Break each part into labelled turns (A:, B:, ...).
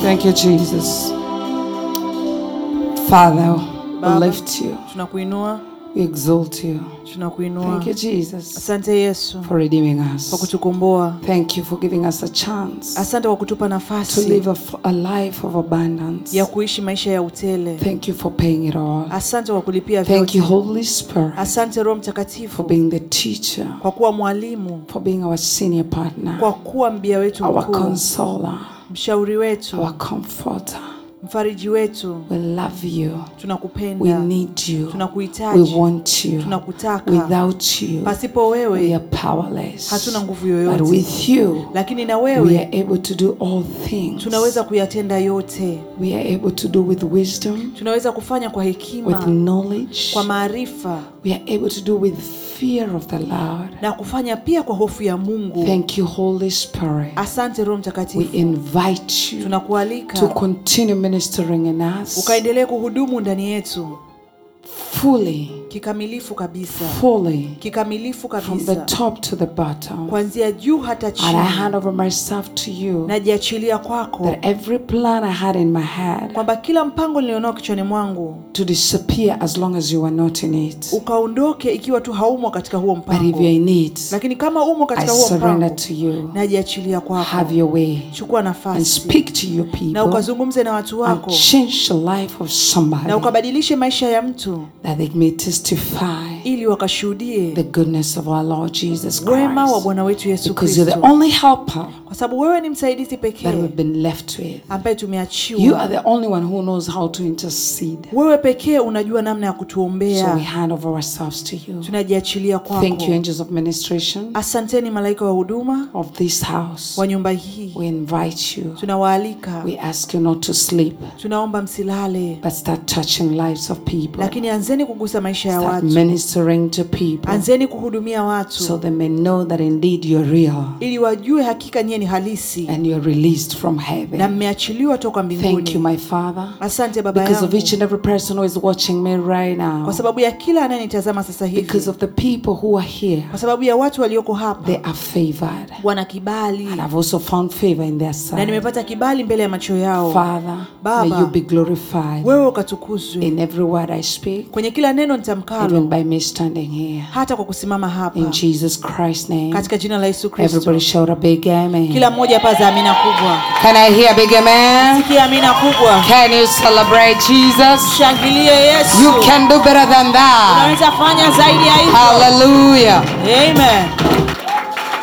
A: Thank you, Jesus. Father, we
B: Baba.
A: lift you,
B: tunakuinua
A: we exalt you.
B: tunakuinua
A: Thank you, Jesus,
B: asante yesu
A: for redeeming
B: kwa
A: us.
B: kutukomboa
A: Thank you for giving us a chance
B: asante kwa kutupa
A: to
B: nafasi
A: live a, f- a life of abundance.
B: ya kuishi maisha ya utele
A: Thank you for paying it all.
B: asante kwa kulipia
A: Thank
B: vyote
A: you, Holy Spirit,
B: asante roho
A: for
B: mtakatifu
A: being the teacher,
B: kwa kuwa mwalimu
A: for being our senior partner,
B: kwa kuwa mbia wetu
A: our
B: mkuu
A: consoler,
B: mshauri wetu
A: our comforter.
B: mfariji wetu
A: We love you. We
B: tunakupenda
A: need you. We
B: tunakuhitaji
A: want you.
B: tunakutaka
A: Without you,
B: pasipo
A: we
B: wewe
A: are powerless.
B: hatuna nguvu
A: But
B: yoyote
A: with you,
B: lakini na
A: we
B: wewe
A: are able to do all things.
B: tunaweza kuyatenda yote
A: We are able to do with wisdom,
B: tunaweza kufanya kwa
A: with
B: hekima
A: knowledge.
B: kwa maarifa
A: We are able to do with fear of the Lord.
B: na kufanya pia kwa hofu ya mungu
A: Thank you, Holy Spirit.
B: asante roho
A: We
B: mtakatifu
A: invite you to
B: tunakualika
A: continue ministering in us
B: ukaendelee kuhudumu ndani yetu
A: fully,
B: kikamilifu kabisa
A: fully,
B: kikamilifu
A: from the
B: kabisa
A: top to the bottom.
B: kuanzia juu hata
A: And I
B: chini
A: hand over myself to you
B: najiachilia kwako
A: that every plan I had in my head
B: kwamba kila mpango nilionao kichwani mwangu
A: to disappear as long as you are not in it.
B: ukaondoke ikiwa tu haumwa katika huo
A: But if
B: mpango
A: you're in it,
B: lakini kama umo
A: I
B: katika huo
A: surrender
B: mpango
A: to you.
B: najiachilia kwako
A: Have your way
B: chukua
A: and
B: nafasi
A: speak to your
B: na
A: people
B: ukazungumze na watu
A: and
B: wako
A: change the life of
B: na
A: somebody
B: ukabadilishe maisha ya mtu
A: that they may testify
B: ili wakashuhudie
A: the goodness of our Lord Jesus
B: wema wa
A: Christ.
B: bwana wetu yesu
A: Because you're the
B: kristo
A: only helper
B: kwa sababu wewe ni msaidizi
A: that
B: pekee
A: we've been left with.
B: ambaye
A: You are
B: tumeachiwa
A: the only one who knows how to intercede.
B: wewe pekee unajua namna ya
A: So we
B: kutuombea
A: hand over ourselves to you.
B: tunajiachilia
A: Thank you,
B: kwako
A: angels of ministration
B: asanteni malaika wa huduma
A: of this house.
B: wa nyumba hii
A: We invite you.
B: tunawaalika
A: We ask you not to sleep,
B: tunaomba msilale
A: but start touching lives of people.
B: lakini anzeni kugusa maisha ya
A: Start
B: watu
A: ministering to people
B: anzeni kuhudumia
A: so
B: watu
A: they may know that indeed you're real
B: ili wajue hakika nyie ni halisi
A: and you're released from
B: na
A: heaven.
B: mmeachiliwa toka
A: Eh, Thank you,
B: mbinguni
A: my Father,
B: asante baba
A: because of
B: yangu
A: each and every person who is watching me right
B: kwa
A: now,
B: sababu ya kila anayenitazama sasa
A: because
B: hivi
A: of the people who are here.
B: kwa sababu ya watu walioko hapa
A: They are favored.
B: wana kibali
A: And I've also found favor in their
B: na
A: sight.
B: nimepata kibali mbele ya macho yao
A: Father, may
B: Baba,
A: you be glorified
B: Mm-hmm. wewe ukatukuzwe
A: in every word I speak,
B: kwenye kila neno nitamkalo
A: even by me standing here.
B: hata kwa kusimama
A: In
B: hapa
A: Jesus Christ's name.
B: katika jina la yesu kristo
A: Everybody shout a big amen.
B: kila mmoja hapa za amina kubwa
A: Can I hear a big amen?
B: sikia amina kubwa
A: Can you celebrate Jesus?
B: shangilie
A: You
B: yesu
A: can do better than that.
B: unaweza fanya zaidi ya hivyo
A: Hallelujah.
B: amen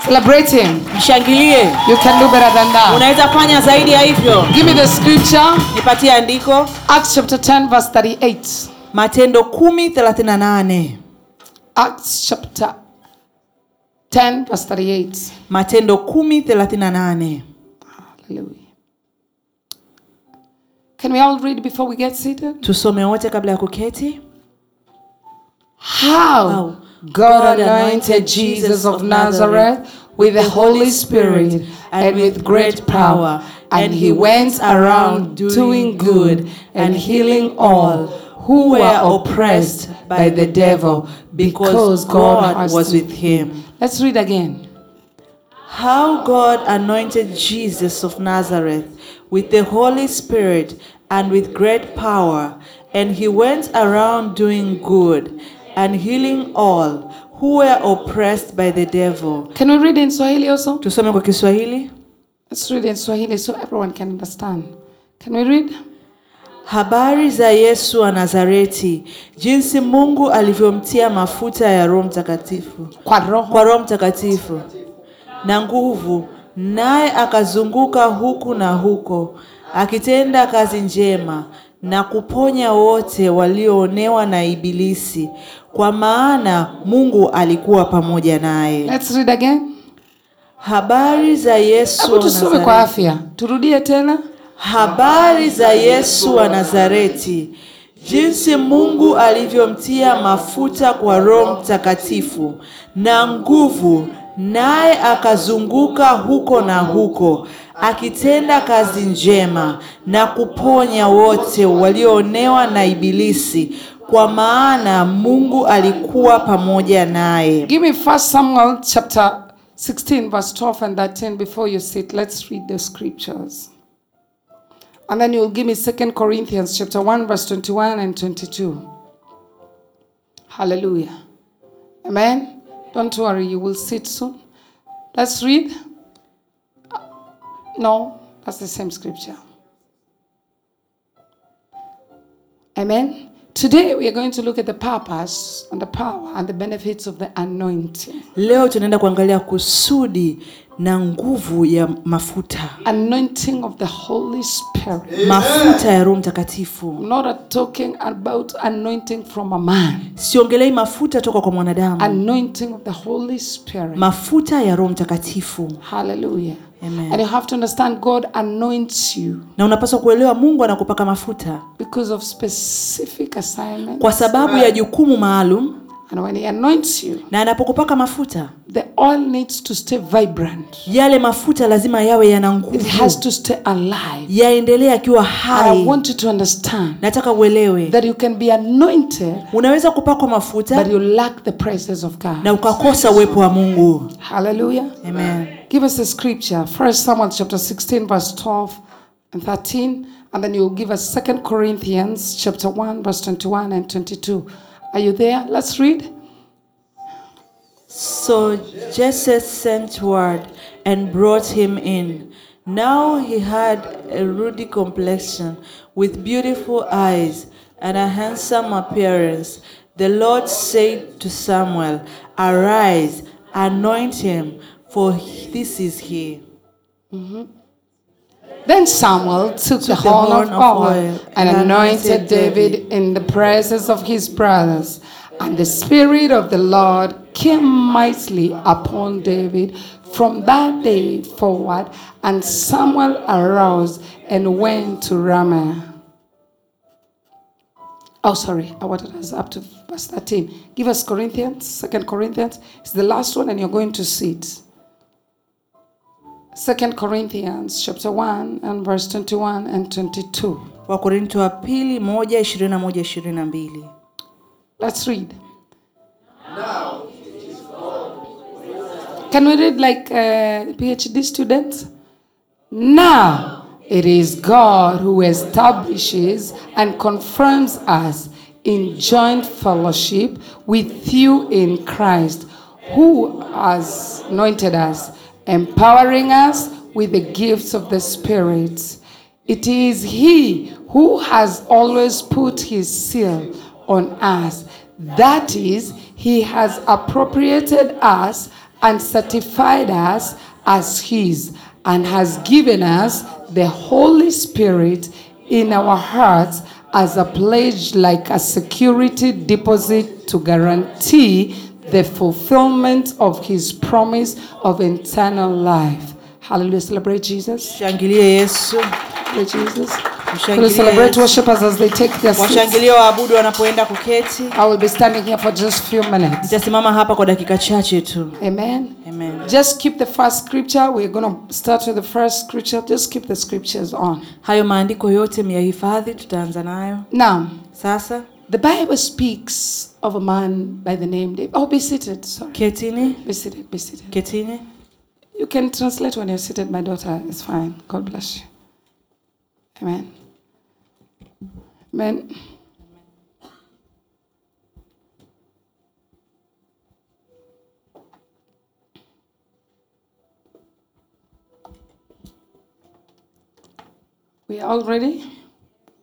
A: Celebrate Him.
B: mshangilie
A: You can do better than that.
B: unaweza fanya zaidi ya hivyo
A: Give me the scripture.
B: nipatie andiko
A: Acts chapter 10, verse 38.
B: matendo 138
A: Acts chapter 10, verse 38.
B: matendo 138
A: Hallelujah. Can we all read before we get seated?
B: tusome wote kabla ya kuketi
A: How God anointed Jesus of Nazareth with the Holy Spirit and with great power, and he went around doing good and healing all who were oppressed by the devil because God was with him.
B: him
A: Let's read again.
B: How God anointed Jesus of Nazareth with the Holy Spirit and with great power, and he went around doing good and healing all who were oppressed by the devil.
A: Can we read in Swahili also?
B: Tusome kwa Kiswahili.
A: Let's read in Swahili so everyone can understand. Can we read?
B: Habari za Yesu wa Nazareti, jinsi Mungu alivyomtia mafuta ya Roho Mtakatifu.
A: Kwa roho
B: kwa Roho Mtakatifu na nguvu, naye akazunguka huku na huko akitenda kazi njema na kuponya wote walioonewa na Ibilisi, kwa maana Mungu alikuwa pamoja naye.
A: Let's read again.
B: Habari za Yesu
A: Hebu
B: wa
A: tusome kwa
B: Nazareti.
A: afya. Turudie tena.
B: Habari za Yesu wa Nazareti, jinsi Mungu alivyomtia mafuta kwa Roho Mtakatifu na nguvu, naye akazunguka huko na huko akitenda kazi njema na kuponya wote walioonewa na Ibilisi, kwa maana Mungu alikuwa pamoja naye.
A: Give me First Samuel chapter 16, verse 12 and 13 before you sit. Let's read the scriptures. And then you'll give me 2 Corinthians chapter 1 verse 21 and 22. Hallelujah. Amen. Don't worry, you will sit soon. Let's read. Uh, No, that's the same scripture. Amen. Today we are going to look at the purpose and the power and the benefits of the anointing.
B: leo tunaenda kuangalia kusudi na nguvu ya mafuta
A: Anointing of the Holy Spirit.
B: mafuta ya roho mtakatifu
A: I'm not talking about anointing from a man.
B: siongelei mafuta toka kwa mwanadamu
A: Anointing of the Holy Spirit.
B: mafuta ya roho mtakatifu
A: Hallelujah.
B: Amen.
A: And you have to understand God anoints you
B: na unapaswa kuelewa mungu anakupaka mafuta
A: because of specific assignment.
B: kwa sababu ya jukumu maalum
A: And when He anoints you,
B: na anapokupaka mafuta
A: the oil needs to stay vibrant.
B: yale mafuta lazima yawe yana
A: It has
B: nguvu
A: to stay alive.
B: yaendelee akiwa
A: I
B: hai
A: want you to understand
B: nataka uelewe
A: that you can be anointed,
B: unaweza kupakwa
A: but
B: mafuta
A: you lack the presence of God.
B: na ukakosa uwepo wa mungu
A: Hallelujah.
B: amen
A: Give us a scripture. First Samuel chapter 16, verse 12 and 13. And then you'll give us Second Corinthians chapter 1, verse 21 and 22. Are you there? Let's read.
B: so jesse sent word and brought him in now he had a ruddy complexion with beautiful eyes and a handsome appearance the lord said to samuel arise anoint him for this is he
A: Then Samuel took the horn of oil and anointed David in the presence of his brothers. And the Spirit of the Lord came mightily upon David from that day forward. And Samuel arose and went to Ramah. Oh, sorry, I wanted us up to verse 13. Give us Corinthians, Second Corinthians. It's the last one, and you're going to see it. Second Corinthians chapter 1 and verse 21 and 22.
B: wakorinto wa pili moja ishirini na moja ishirini na mbili
A: Let's read. Can we read like uh, PhD students? Now it is God who establishes and confirms us in joint fellowship with you in Christ, who has anointed us, empowering us with the gifts of the Spirit. It is He who has always put His seal on us. That is, He has appropriated us and certified us as His and has given us the Holy Spirit in our hearts as a pledge, like a security deposit to guarantee the fulfillment of His promise of eternal life. Hallelujah. Celebrate Jesus.
B: shangilie yesu
A: Celebrate Jesus.
B: Mshangilie
A: Please celebrate
B: Yesu.
A: worshipers as they take their seats.
B: washangilia waabudu wanapoenda kuketi
A: I will be standing here for just a few minutes.
B: nitasimama hapa kwa dakika chache tu
A: Amen.
B: Amen.
A: Just keep the first scripture. We're going to start with the first scripture. Just keep the scriptures on.
B: hayo maandiko yote myahifadhi tutaanza nayo
A: Now,
B: sasa
A: the Bible speaks of a man by the name David. Oh, be seated. Sorry.
B: ketini
A: Be seated. Be seated.
B: ketini
A: You can translate when you're seated, my daughter. It's fine. God bless you. Amen. Amen. We are all ready?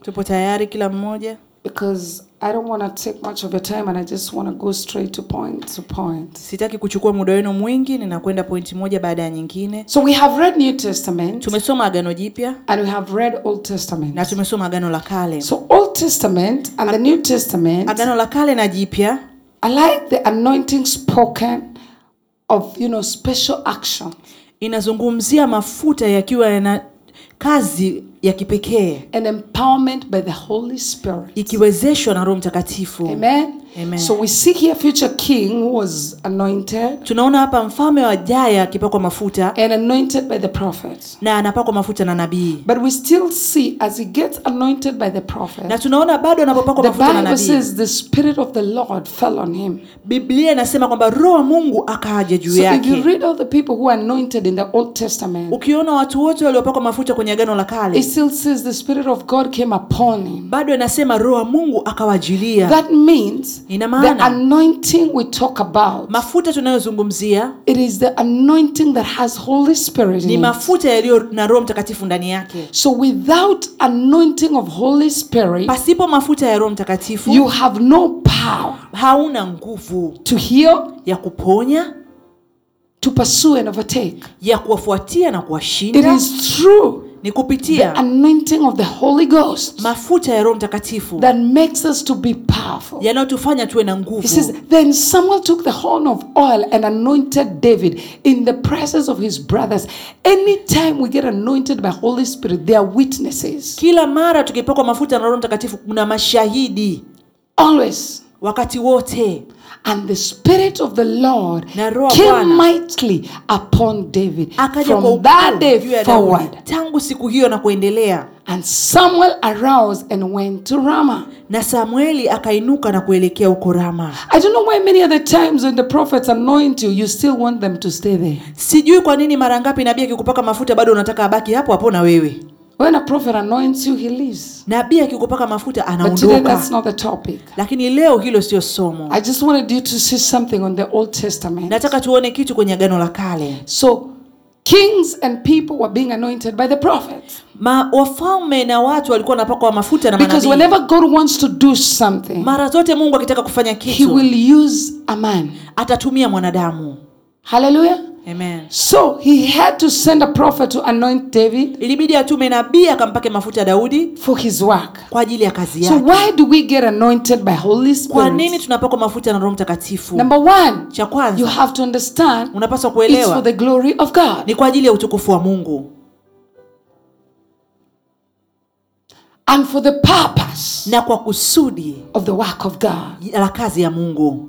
B: tupo tayari kila mmoja
A: because I don't want to take much of your time and I just want to go straight to point to point.
B: sitaki kuchukua muda wenu mwingi ninakwenda pointi moja baada ya nyingine
A: So we have read New Testament
B: tumesoma agano jipya
A: and we have read Old
B: na
A: Testament.
B: tumesoma agano la kale
A: So Old Testament and the New Testament
B: agano la kale na jipya
A: I like the anointing spoken of you know special action.
B: inazungumzia mafuta yakiwa yana kazi ya kipekee
A: and empowerment by the Holy Spirit.
B: ikiwezeshwa na roho mtakatifu
A: Amen.
B: Amen.
A: So we see here future king who was anointed
B: tunaona hapa mfalme wa jaya akipakwa mafuta
A: and anointed by the prophet.
B: na anapakwa mafuta na nabii
A: But we still see as he gets anointed by the prophet
B: na tunaona bado anapopakwa
A: The
B: mafuta na
A: Bible
B: nabii
A: says the Spirit of the Lord fell on him.
B: biblia inasema kwamba roho wa mungu akaja juu
A: So if you
B: yake
A: read all the people who are anointed in the Old Testament,
B: ukiona watu wote waliopakwa mafuta kwenye agano la kale
A: It still says the Spirit of God came upon him.
B: bado inasema roho wa mungu akawajilia
A: That means
B: ina
A: the
B: maana
A: anointing we talk about.
B: mafuta tunayozungumzia
A: It is the anointing that has Holy Spirit
B: ni
A: in it.
B: mafuta yaliyo na roho mtakatifu ndani yake
A: So without anointing of Holy Spirit,
B: pasipo mafuta ya roho mtakatifu
A: you have no power
B: hauna nguvu
A: to heal,
B: ya kuponya
A: to pursue and overtake.
B: ya kuwafuatia na
A: It
B: kuwashinda
A: is through
B: ni kupitia
A: anointing of the Holy Ghost
B: mafuta ya roho mtakatifu
A: that makes us to be powerful.
B: yanayotufanya tuwe na nguvu
A: He says, Then Samuel took the horn of oil and anointed David in the presence of his brothers. Anytime we get anointed by Holy Spirit, they are witnesses.
B: kila mara tukipakwa mafuta na roho mtakatifu kuna mashahidi
A: Always.
B: wakati wote
A: And the Spirit of the Lord
B: Na roho ya
A: came
B: Bwana.
A: mightily upon David
B: akaja kwa
A: from
B: ukuu
A: that
B: juu
A: day
B: ya Daudi
A: forward.
B: tangu siku hiyo na kuendelea
A: And Samuel arose and went to Ramah.
B: na samueli akainuka na kuelekea huko rama
A: I don't know why many other times when the prophets anoint you, you still want them to stay there.
B: sijui kwa nini mara ngapi nabii akikupaka mafuta bado unataka abaki hapo hapo na wewe
A: When a prophet anoints you, he leaves.
B: nabii akikupaka mafuta
A: But today that's
B: anaondoka
A: not the topic.
B: lakini leo hilo sio somo
A: I just wanted you to see something on the Old Testament.
B: nataka tuone kitu kwenye agano la kale
A: So, kings and people were being anointed by the prophets.
B: Ma, wafalme na watu walikuwa wanapakwa mafuta na
A: Because
B: manabii
A: whenever God wants to do something,
B: mara zote mungu akitaka kufanya
A: he will
B: kitu
A: use a man.
B: atatumia mwanadamu
A: Hallelujah.
B: Amen.
A: So, he had to send a prophet to anoint David
B: ilibidi atume nabii akampake mafuta daudi
A: for his work.
B: kwa ajili ya kazi
A: So,
B: yake
A: why do we get anointed by Holy
B: kwa nini
A: Spirit?
B: tunapakwa mafuta na roho mtakatifu
A: Number one,
B: cha
A: you
B: kwanza
A: have to understand
B: unapaswa
A: it's for
B: kuelewa
A: the glory of God.
B: ni kwa ajili ya utukufu wa mungu
A: and for the purpose
B: na kwa kusudi
A: of the work of God.
B: la kazi ya mungu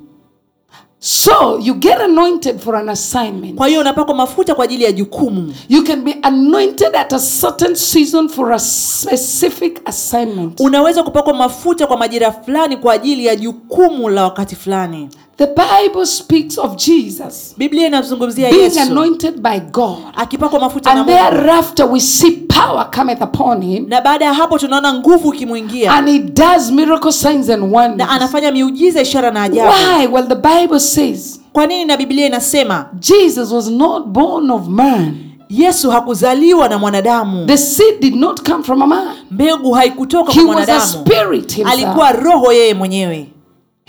A: So you get anointed for an assignment.
B: kwa hiyo unapakwa mafuta kwa ajili ya jukumu
A: You can be anointed at a certain season for a specific assignment.
B: unaweza kupakwa mafuta kwa majira fulani kwa ajili ya jukumu la wakati fulani
A: The Bible speaks of Jesus
B: biblia inazungumzia
A: being
B: yesu
A: anointed by God,
B: akipakwa mafuta na
A: and
B: mungu
A: thereafter we see power cometh upon him,
B: na baada ya hapo tunaona nguvu ikimwingia
A: and he does miracle signs and
B: na
A: wonders.
B: anafanya miujiza ishara na ajabu
A: Why? Well, the Bible says
B: kwa nini na biblia inasema
A: Jesus was not born of man.
B: yesu hakuzaliwa na mwanadamu
A: The seed did not come from a man.
B: mbegu haikutoka
A: He
B: kwa
A: was a
B: mwanadamu
A: spirit himself.
B: alikuwa roho yeye mwenyewe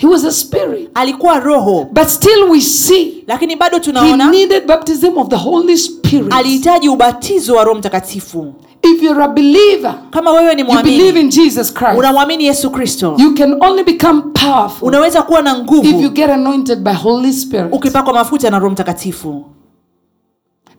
A: He was a spirit.
B: alikuwa roho
A: But still we see
B: lakini bado
A: he
B: tunaona
A: needed baptism of the Holy Spirit.
B: alihitaji ubatizo wa roho mtakatifu
A: If you're a believer,
B: kama wewe ni
A: you believe
B: mwamini
A: in Jesus Christ,
B: unamwamini yesu kristo
A: you can only become powerful
B: unaweza kuwa na
A: if you
B: nguvu
A: get anointed by Holy Spirit.
B: ukipakwa mafuta na roho mtakatifu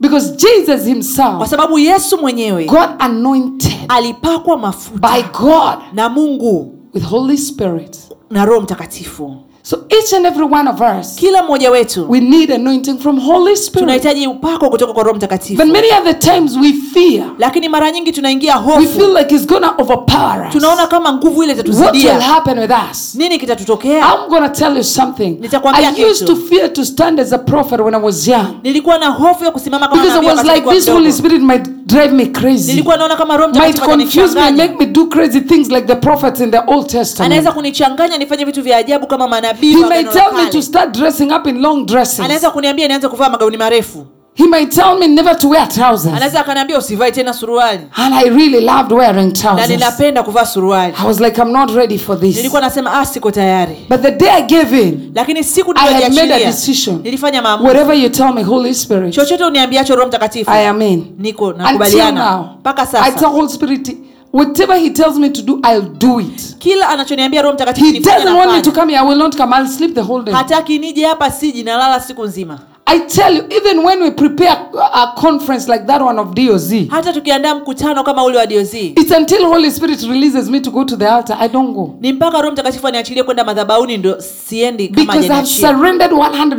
A: Because Jesus
B: kwa
A: himself
B: sababu yesu mwenyewe
A: got anointed
B: alipakwa
A: by
B: mafuta
A: God
B: na mungu
A: with Holy Spirit.
B: na roho mtakatifu
A: So each and every one of us,
B: kila mmoja wetu
A: we need anointing from Holy Spirit.
B: tunahitaji upako kutoka kwa roho
A: But
B: mtakatifu
A: many other times we fear.
B: lakini mara nyingi tunaingia
A: We
B: hofu
A: feel like it's going to overpower us.
B: tunaona kama nguvu ile
A: What will
B: itatuzidia
A: happen with us?
B: nini kitatutokea
A: I'm going to tell you something.
B: Nitakwambia
A: I used to
B: kitu.
A: fear to stand as a prophet when I was young
B: nilikuwa na hofu ya kusimama kama
A: because I
B: nabii
A: was
B: wakati
A: like,
B: nilikuwa
A: this
B: mdogo.
A: Holy Spirit might drive me crazy,
B: nilikuwa naona kama roho
A: might
B: mtakatifu
A: confuse me,
B: atanichanganya.
A: make me do crazy things like the prophets in the Old
B: anaweza
A: Testament.
B: kunichanganya nifanye vitu vya ajabu kama manabii
A: He
B: wa
A: may
B: Agano la
A: tell me
B: Kale.
A: to start dressing up in long dresses.
B: anaweza kuniambia nianze kuvaa magauni marefu
A: He may tell me never to wear trousers.
B: anaweza akaniambia usivai tena suruali
A: And I really loved wearing
B: na
A: trousers.
B: ninapenda kuvaa suruali
A: I was like, I'm not ready for this.
B: nilikuwa nasema ah siko tayari
A: But the day I gave in,
B: lakini siku
A: I had made a
B: niliyojiachilia,
A: decision.
B: nilifanya maamuzi
A: Whatever you tell me, Holy Spirit,
B: chochote uniambiacho roho mtakatifu
A: I am in.
B: niko
A: Until
B: nakubaliana
A: now,
B: mpaka
A: I tell
B: sasa
A: Holy Spirit, whatever He tells me to do, I'll do it.
B: kila anachoniambia roho mtakatifu
A: He
B: nifanye,
A: doesn't want me to
B: nafanya.
A: come here, I will not come. I'll sleep the whole day.
B: hataki nije hapa siji nalala siku nzima
A: I tell you, even when we prepare a conference like that one of DOZ,
B: hata tukiandaa mkutano kama ule wa DOZ
A: it's until Holy Spirit releases me to go to the altar, I don't go.
B: ni mpaka roho mtakatifu aniachilie kwenda madhabauni ndo siendi kama
A: Because I've
B: hajaniachia.
A: surrendered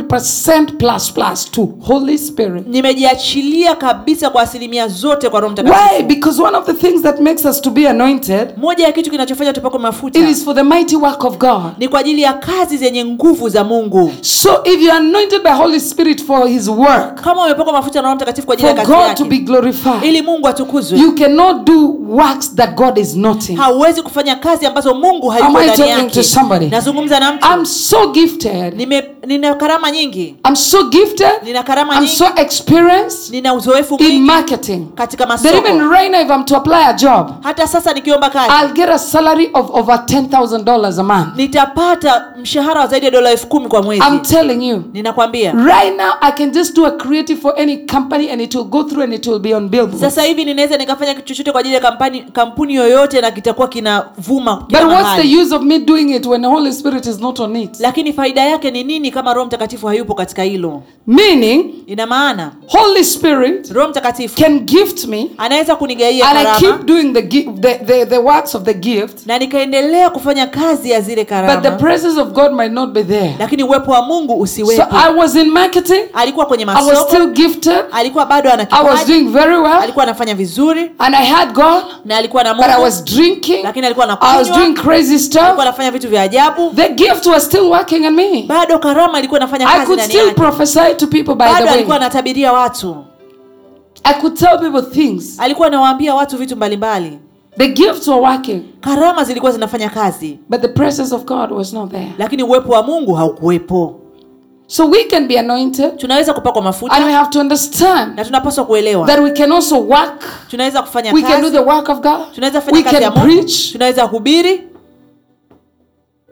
A: 100% plus plus to Holy Spirit.
B: nimejiachilia kabisa kwa asilimia zote kwa roho mtakatifu
A: Why? Because one of the things that makes us to be anointed,
B: moja ya kitu kinachofanya tupakwe mafuta
A: it is for the mighty work of God.
B: ni kwa ajili ya kazi zenye nguvu za mungu
A: So if you're anointed by Holy Spirit for his work,
B: kama umepakwa mafuta na Roho Mtakatifu kwa ajili
A: for
B: ya kazi
A: God to be
B: yake
A: glorified.
B: ili Mungu atukuzwe.
A: You cannot do works that God is not in.
B: Hauwezi kufanya kazi ambazo Mungu
A: Am
B: hayuko
A: I
B: ndani
A: talking to
B: yake.
A: somebody?
B: Nazungumza na mtu
A: I'm so gifted.
B: Nime, nina karama nyingi,
A: I'm so gifted.
B: nina karama
A: I'm
B: nyingi,
A: so experienced
B: nina uzoefu
A: in
B: mwingi
A: marketing.
B: katika
A: That even
B: masoko.
A: right now, if I'm to apply a job,
B: Hata sasa nikiomba kazi
A: I'll get a salary of over $10,000 a month.
B: nitapata mshahara wa zaidi ya dola elfu kumi kwa mwezi.
A: I'm telling you.
B: Ninakwambia
A: Right now, I can just do a creative for any company and it will go through and it will be on billboard.
B: sasa hivi ninaweza nikafanya kitu chochote kwa ajili ya kampani, kampuni yoyote na kitakuwa kinavuma kila
A: But what's the
B: mahali.
A: use of me doing it when the Holy Spirit is not on it?
B: Lakini faida yake ni nini kama Roho Mtakatifu hayupo katika hilo?
A: Meaning,
B: Ina maana
A: Holy Spirit
B: Roho Mtakatifu
A: can gift me
B: anaweza kunigaia
A: and I keep
B: karama
A: doing the, gi- the, the, the works of the gift,
B: na nikaendelea kufanya kazi ya zile
A: but the
B: karama,
A: presence of God might not be there.
B: lakini uwepo wa Mungu
A: So
B: usiwepo.
A: I was in marketing,
B: Alikuwa kwenye
A: I was
B: masoko,
A: still gifted,
B: alikuwa bado ana
A: I was
B: kipaji,
A: doing very well,
B: alikuwa anafanya vizuri
A: and I had God,
B: na alikuwa na
A: but I
B: Mungu,
A: was drinking,
B: Uh-huh. lakini alikuwa
A: I was
B: anakunywa,
A: doing crazy
B: alikuwa
A: stuff.
B: anafanya vitu vya ajabu,
A: The gift was still working on me.
B: bado karama ilikuwa inafanya
A: I
B: kazi
A: could
B: ndani
A: still
B: yake,
A: prophesy to people by
B: bado
A: the
B: alikuwa
A: way.
B: anatabiria watu,
A: I could tell people things.
B: alikuwa anawaambia watu vitu mbalimbali.
A: The gifts were working,
B: Karama zilikuwa zinafanya kazi,
A: but the presence of God was not there.
B: lakini uwepo wa Mungu haukuwepo.
A: So we can be anointed
B: Tunaweza kupakwa mafuta
A: and we have to understand
B: na tunapaswa kuelewa,
A: that we can also work.
B: tunaweza kufanya
A: We can do
B: kazi,
A: the work of God.
B: tunaweza
A: We
B: kufanya kazi ya
A: can
B: Mungu,
A: preach,
B: tunaweza kuhubiri,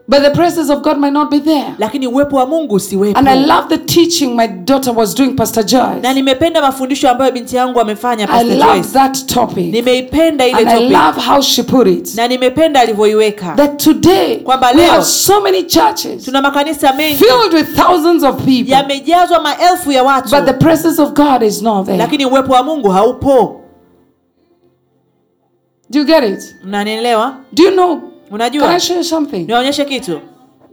A: but the presence of God might not be there.
B: lakini uwepo wa Mungu usiwepo.
A: And I love the teaching my daughter was doing, Pastor Joyce.
B: Na nimependa mafundisho ambayo binti yangu amefanya
A: I
B: Pastor
A: love
B: Joyce.
A: that topic.
B: Nimeipenda ile
A: And I
B: topic
A: love how she put it.
B: na nimependa alivyoiweka.
A: That today
B: Kwamba
A: we
B: leo-
A: have so many churches
B: Tuna makanisa mengi
A: filled with thousands of people.
B: yamejazwa maelfu ya watu,
A: But the presence of God is not there.
B: lakini uwepo wa Mungu haupo.
A: Do you get it?
B: Mnanielewa?
A: Do you know? Can I
B: Unajua,
A: show you something?
B: niwaonyeshe kitu.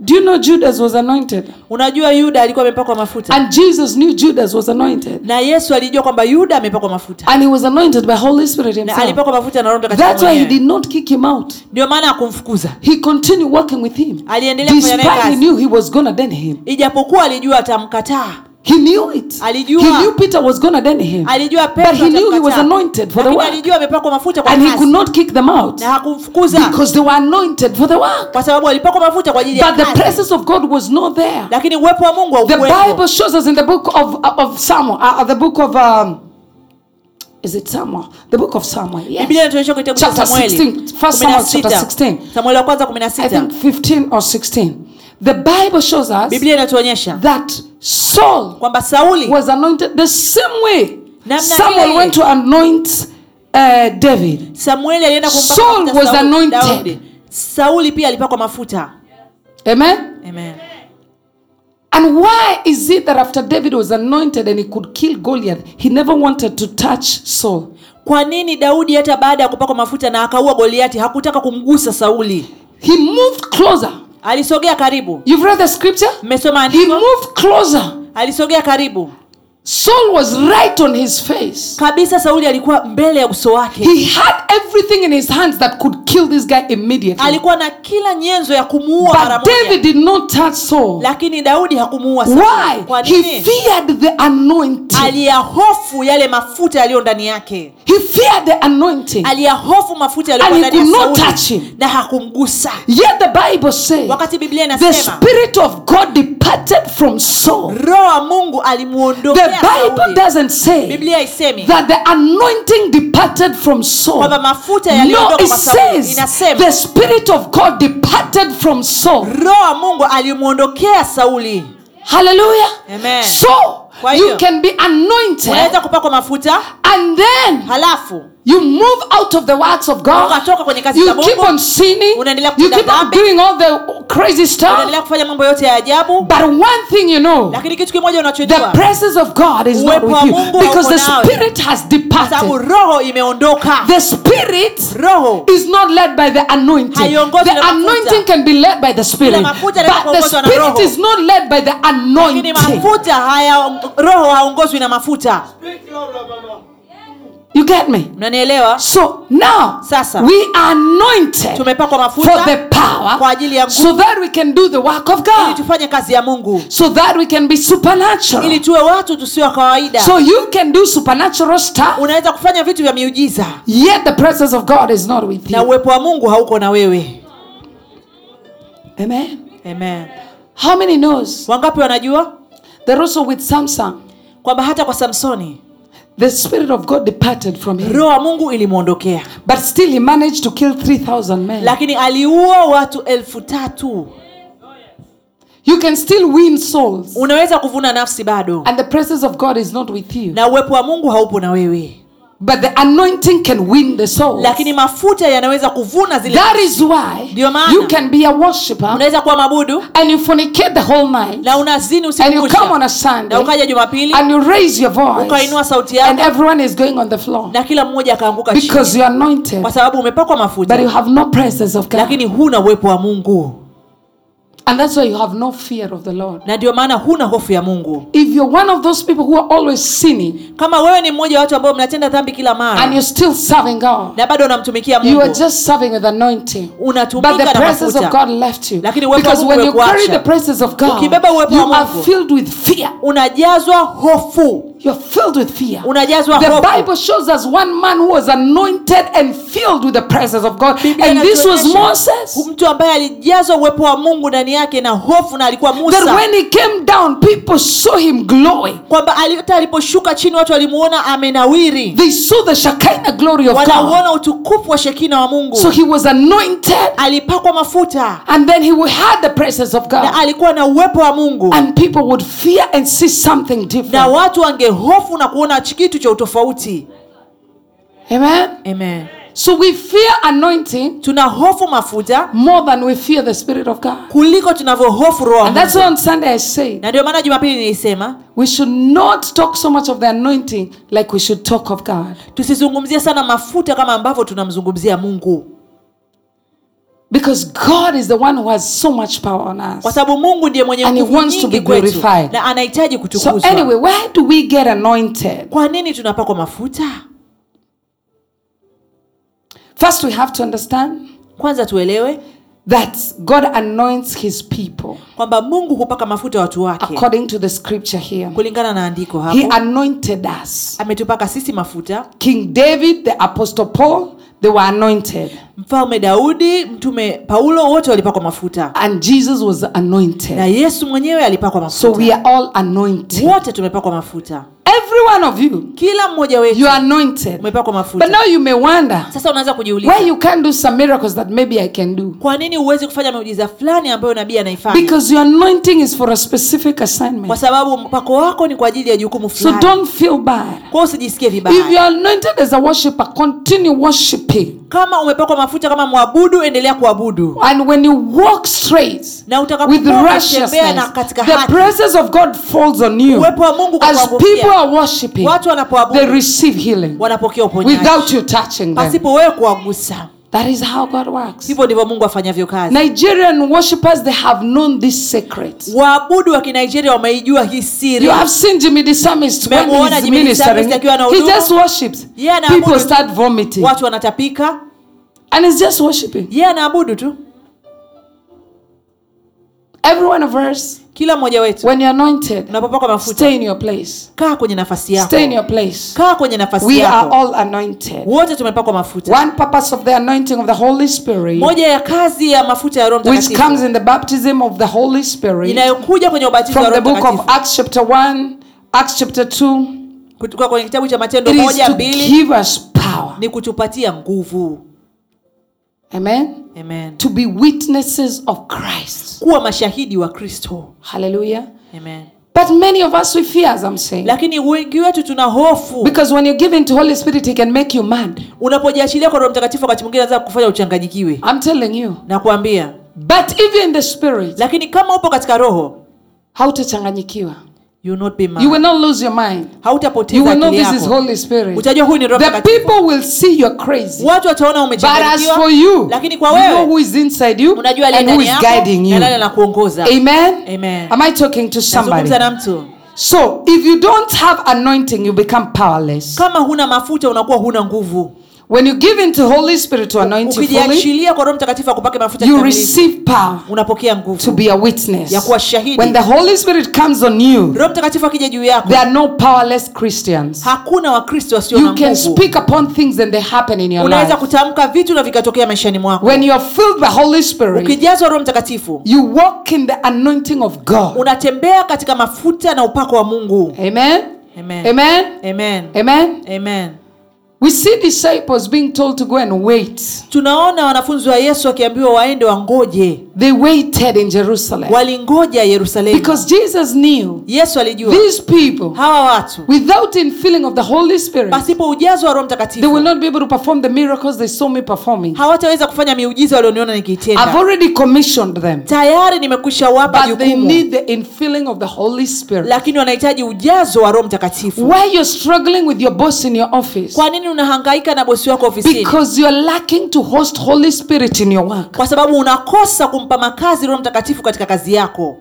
A: Do you know Judas was anointed?
B: Unajua, Yuda alikuwa amepakwa mafuta
A: And Jesus knew Judas was anointed.
B: na Yesu alijua kwamba Yuda amepakwa mafuta
A: And he was anointed by Holy Spirit
B: na
A: himself.
B: alipakwa mafuta na Roho
A: That's
B: Mtakatifu
A: why he
B: mwenyewe.
A: did not kick him out.
B: Ndio maana hakumfukuza,
A: He continued working with him.
B: aliendelea kufanya naye
A: Despite he
B: kazi,
A: knew he was gonna den him.
B: ijapokuwa alijua atamkataa,
A: He knew it. He
B: Alijua.
A: knew Peter was gonna den him.
B: alijua
A: But
B: Petro
A: he knew he was
B: atamkataa.
A: anointed for the
B: Lakini
A: work.
B: alijua amepakwa mafuta kwa
A: And he could
B: kazi
A: not kick them out.
B: na hakumfukuza
A: Because they were anointed for the work.
B: kwa sababu alipakwa mafuta kwa ajili ya
A: But the
B: kazi,
A: presence of God was not there.
B: lakini uwepo wa Mungu
A: The
B: haukuwepo.
A: Bible shows us in the book of of Samuel, uh, uh, the book of um, is it Samuel? The book of Samuel, yes.
B: Biblia inatuonyesha kwenye kitabu cha
A: Chapter
B: Samueli
A: 16, first Samuel chapter 16.
B: Samueli wa kwanza kumi na
A: I
B: sita
A: think 15 or 16. The Bible shows us
B: Biblia inatuonyesha
A: that Saul
B: kwamba Sauli
A: was anointed the same way
B: Namna
A: Samuel
B: ile.
A: went to anoint uh, David.
B: Samueli alienda kumpaka
A: Saul
B: mafuta
A: was
B: Sauli-
A: anointed.
B: Daudi. Sauli pia alipakwa mafuta.
A: Amen.
B: Amen.
A: And why is it that after David was anointed and he could kill Goliath, he never wanted to touch Saul?
B: Kwa nini Daudi hata baada ya kupakwa mafuta na akaua Goliati hakutaka kumgusa Sauli?
A: He moved closer.
B: Alisogea karibu.
A: You've read the scripture?
B: Mmesoma
A: He
B: andiko?
A: moved closer.
B: Alisogea karibu.
A: Saul was right on his face.
B: Kabisa Sauli alikuwa mbele ya uso wake.
A: He had everything in his hands that could kill this guy immediately.
B: Alikuwa na kila nyenzo ya kumuua mara
A: But
B: moja.
A: David did not touch Saul.
B: Lakini Daudi hakumuua Sauli.
A: Why?
B: Kwa
A: He
B: nini?
A: feared the anointing.
B: aliyahofu yale mafuta yaliyo ndani yake
A: He feared the anointing.
B: aliyahofu mafuta yaliyokuwa
A: And he
B: ndani ya
A: could not
B: Sauli
A: touch him.
B: na hakumgusa
A: Yet the Bible says
B: wakati biblia
A: the
B: inasema
A: Spirit of God departed from Saul.
B: roho wa mungu
A: The
B: alimuondokea
A: Bible
B: Sauli.
A: doesn't say
B: biblia haisemi
A: that the anointing departed from Saul.
B: kwamba mafuta
A: No,
B: yaliyoondoka
A: it
B: kwa Sauli
A: says the
B: inasema
A: Spirit of God departed from Saul.
B: roho wa mungu alimuondokea sauli
A: Hallelujah.
B: Amen.
A: So
B: Kwa
A: you
B: hiyo,
A: can be anointed
B: unaweza kupakwa mafuta
A: and then
B: halafu
A: you move out of the works of God.
B: ukatoka kwenye kazi za
A: You keep
B: mungu
A: on sinning.
B: Unaendelea
A: You
B: kutenda
A: keep on
B: dhambi.
A: doing all the crazy stuff.
B: unaendelea kufanya mambo yote ya ajabu
A: But one thing you know
B: lakini kitu kimoja
A: the
B: unachojua
A: presence of God is not
B: Uwepo
A: with
B: wa
A: you
B: Mungu
A: because
B: hauko
A: the
B: nawe.
A: Spirit has
B: kwa sababu
A: departed.
B: roho imeondoka
A: The Spirit
B: roho
A: is not led by the anointing.
B: Haiongozwi
A: The
B: na mafuta.
A: anointing can be led by the Spirit. But
B: mafuta
A: the
B: yanapoongozwa na
A: Spirit
B: Roho.
A: is not led by the
B: lakini
A: anointing.
B: mafuta haya roho haongozwi na mafuta
A: You get me?
B: mnanielewa
A: So now
B: Sasa.
A: we are anointed
B: tumepakwa
A: for
B: mafuta
A: the power
B: kwa ajili ya nguvu
A: so that we can do the work of
B: ili
A: God,
B: tufanye kazi ya mungu
A: so that we can be supernatural.
B: ili tuwe watu tusio wa kawaida
A: So you can do supernatural stuff,
B: unaweza kufanya vitu vya miujiza
A: yet the presence of God is not with
B: na
A: you.
B: uwepo wa mungu hauko na wewe
A: Amen.
B: Amen.
A: How many knows
B: wangapi wanajua
A: that also with Samson,
B: kwamba hata kwa samsoni
A: the Spirit of God departed from him,
B: roho wa mungu ilimwondokea
A: but still he managed to kill 3,000 men.
B: lakini aliua watu elfu tatu
A: You can still win souls,
B: unaweza kuvuna nafsi bado
A: and the presence of God is not with you,
B: na uwepo wa mungu haupo na wewe
A: but the anointing can win the souls.
B: lakini mafuta yanaweza kuvuna zile
A: That is why
B: Ndio maana.
A: you can be a worshiper
B: unaweza kuwa mabudu
A: and you fornicate the whole night
B: na unazini
A: and you come on
B: usikusha
A: a Sunday
B: na ukaja jumapili
A: and you raise your
B: ukainua
A: voice
B: sauti
A: and
B: yako
A: everyone is going on the floor
B: na kila mmoja akaanguka chini
A: because you're anointed
B: kwa sababu umepakwa
A: but you
B: mafuta
A: have no presence of God
B: lakini huna uwepo wa mungu
A: and that's why you have no fear of the Lord.
B: na ndio maana huna hofu ya mungu
A: If you're one of those people who are always sinning
B: kama wewe ni mmoja wa watu ambao mnatenda dhambi kila
A: and
B: mara
A: you're still serving God,
B: na bado unamtumikia
A: you are
B: mungu
A: just serving with anointing. But
B: unatumika
A: the
B: na
A: presence of
B: mafuta
A: God left you.
B: Lakini uwepo wa
A: Because
B: Mungu
A: when you
B: umekuacha.
A: carry the presence of God, you
B: Ukibeba uwepo wa
A: are
B: Mungu.
A: filled with fear.
B: unajazwa hofu
A: You're filled with fear.
B: unajazwa
A: The
B: hofu
A: Bible shows us one man who was anointed and filled with the presence of God.
B: Biblia
A: And this was
B: inatuonyesha
A: Moses.
B: mtu ambaye alijazwa uwepo wa mungu ndani yake na hofu na alikuwa
A: That
B: musa
A: when he came down, people saw him glowing.
B: kwamba ali- hata aliposhuka chini watu walimuona amenawiri
A: They saw the Shekinah glory of God.
B: wanauona utukufu wa shekina wa mungu
A: So he was anointed.
B: alipakwa mafuta
A: And then he had the presence of
B: na
A: God.
B: alikuwa na uwepo wa mungu
A: And people would fear and see something
B: na
A: different.
B: watu wangehofu na kuona kitu cha utofauti
A: Amen.
B: Amen.
A: So we fear anointing
B: tuna hofu mafuta
A: more than we fear the Spirit of God.
B: kuliko tunavyohofu roho wa
A: And that's
B: Mungu.
A: why on Sunday I say
B: na ndio maana jumapili nilisema
A: we should not talk so much of the anointing like we should talk of God.
B: tusizungumzie sana mafuta kama ambavyo tunamzungumzia mungu
A: Because God is the one who has so much power on
B: kwa
A: us.
B: sababu mungu ndiye mwenye
A: And he
B: nguvu
A: wants to be
B: nyingi kwetu
A: glorified.
B: na anahitaji
A: So,
B: kutukuzwa
A: anyway, why do we get anointed?
B: kwa nini tunapakwa mafuta
A: First, we have to understand
B: kwanza tuelewe
A: that God anoints his people
B: kwamba mungu hupaka mafuta watu wake
A: according to the scripture here.
B: kulingana na andiko
A: He
B: hapo
A: anointed us.
B: ametupaka sisi mafuta
A: King David, the Apostle Paul, they were anointed.
B: mfalme daudi mtume paulo wote walipakwa mafuta
A: And Jesus was
B: na
A: anointed.
B: yesu mwenyewe alipakwa
A: So we
B: mafuta
A: are all anointed.
B: wote tumepakwa mafuta
A: Every one of you,
B: kila mmoja wetu
A: you are anointed.
B: umepakwa
A: But
B: mafuta
A: now you may wonder
B: sasa unaanza kujiuliza
A: why you can't do some miracles that maybe I can do.
B: kwa nini huwezi kufanya miujiza fulani ambayo nabii anaifanya
A: Because your anointing is for a specific
B: kwa
A: assignment.
B: sababu mpako wako ni kwa ajili ya jukumu
A: So
B: fulani
A: don't feel bad.
B: kwao usijisikie
A: If you
B: vibaya
A: are anointed as a worshiper, continue worshiping.
B: kama umepakwa mafuta kama mwabudu endelea kuabudu
A: And when you walk straight
B: na
A: with
B: utakapokuwa unatembea
A: righteousness,
B: na katika
A: the
B: haki
A: presence of God falls on you.
B: uwepo wa mungu kwa
A: As
B: kuangukia.
A: people are worshiping,
B: watu
A: they
B: wanapoabudu
A: receive healing
B: wanapokea
A: without
B: uponyaji
A: you touching them.
B: pasipo wewe kuwagusa
A: That is how God works.
B: hivyo ndivyo mungu afanyavyo kazi
A: Nigerian worshippers, they have known this secret.
B: waabudu wa kinigeria wameijua hii siri
A: You have seen Jimmy the psalmist when
B: Mmemwona
A: he's
B: Jimmy the
A: ministering.
B: Psalmist akiwa anahuduma.
A: He just worships.
B: Yeye anaabudu
A: People
B: tu.
A: start vomiting.
B: watu wanatapika
A: And he's just worshiping.
B: yeye anaabudu tu
A: Every one of us,
B: kila mmoja wetu
A: when you're anointed,
B: unapopakwa mafuta
A: stay in your place.
B: kaa kwenye nafasi yako
A: Stay in your place.
B: kaa kwenye nafasi
A: We are
B: yako
A: all anointed.
B: wote tumepakwa mafuta
A: One purpose of the anointing of the Holy Spirit,
B: moja ya kazi ya mafuta ya roho
A: which comes
B: mtakatifu
A: in the baptism of the Holy Spirit
B: inayokuja kwenye ubatizo wa
A: from the
B: roho
A: book of
B: mtakatifu
A: Acts, chapter 1, Acts, chapter 2,
B: kutoka kwenye kitabu cha matendo
A: it is
B: moja
A: to
B: mbili
A: give us power.
B: ni kutupatia nguvu
A: Amen.
B: amen
A: To be witnesses of Christ.
B: kuwa mashahidi wa kristo
A: Hallelujah.
B: amen
A: But many of us we fear, as I'm saying.
B: lakini wengi wetu tuna hofu
A: Because when you give in to Holy Spirit, He can make you mad.
B: unapojiachilia kwa roho mtakatifu wakati mwingine anaweza kufanya uchanganyikiwe
A: I'm telling you.
B: na kuambia
A: But even in the spirit,
B: lakini kama upo katika roho
A: hautachanganyikiwa.
B: you will not be
A: You will
B: mad.
A: not lose your mind. You
B: hautapoteza
A: will know
B: akili
A: this is
B: yako
A: Holy Spirit.
B: utajua huyu ni roho
A: The
B: mtakatifu
A: people will see you're crazy.
B: watu wataona
A: But as
B: umechanganyikiwa
A: for you,
B: lakini
A: you
B: kwa
A: know
B: wewe
A: who is inside you
B: unajua aliye
A: and who
B: ndani
A: is
B: yako
A: guiding
B: na
A: you.
B: nani anakuongoza
A: Amen.
B: Amen.
A: Am I talking to
B: Nazungumza
A: somebody?
B: na mtu
A: So if you don't have anointing, you become powerless.
B: kama huna mafuta unakuwa huna nguvu
A: When you give into Holy Spirit to anoint you fully,
B: ukijiachilia kwa roho mtakatifu akupake mafuta
A: you
B: kikamilifu,
A: receive power
B: unapokea
A: to
B: nguvu
A: be a witness.
B: ya kuwa shahidi
A: When the Holy Spirit comes on you,
B: roho mtakatifu akija juu yako
A: there are no powerless Christians.
B: hakuna wakristo wasio na
A: You can
B: nguvu
A: speak upon things and they happen in your
B: unaweza
A: life.
B: kutamka vitu na vikatokea maishani mwako
A: When you are filled by Holy Spirit,
B: ukijazwa roho mtakatifu
A: you walk in the anointing of God.
B: unatembea katika mafuta na upako wa mungu
A: Amen.
B: Amen.
A: Amen.
B: Amen.
A: Amen.
B: Amen.
A: We see disciples being told to go and wait.
B: tunaona wanafunzi wa yesu wakiambiwa waende wangoje
A: They waited in Jerusalem
B: walingoja yerusalemu
A: because Jesus knew
B: yesu alijua
A: these people,
B: hawa watu
A: without infilling of the Holy Spirit,
B: pasipo ujazo wa roho
A: they will
B: mtakatifu
A: not be able to perform the miracles they saw me performing.
B: hawataweza kufanya miujiza walioniona
A: I've
B: nikiitenda
A: already commissioned them,
B: tayari nimekwisha wapa
A: but they
B: jukumu
A: need the infilling of the Holy Spirit.
B: lakini wanahitaji ujazo wa roho mtakatifu
A: Why you're struggling with your boss in your office?
B: kwa nini unahangaika na bosi wako ofisini
A: Because you're lacking to host Holy Spirit in your work.
B: kwa sababu unakosa kumpa makazi roho mtakatifu katika kazi yako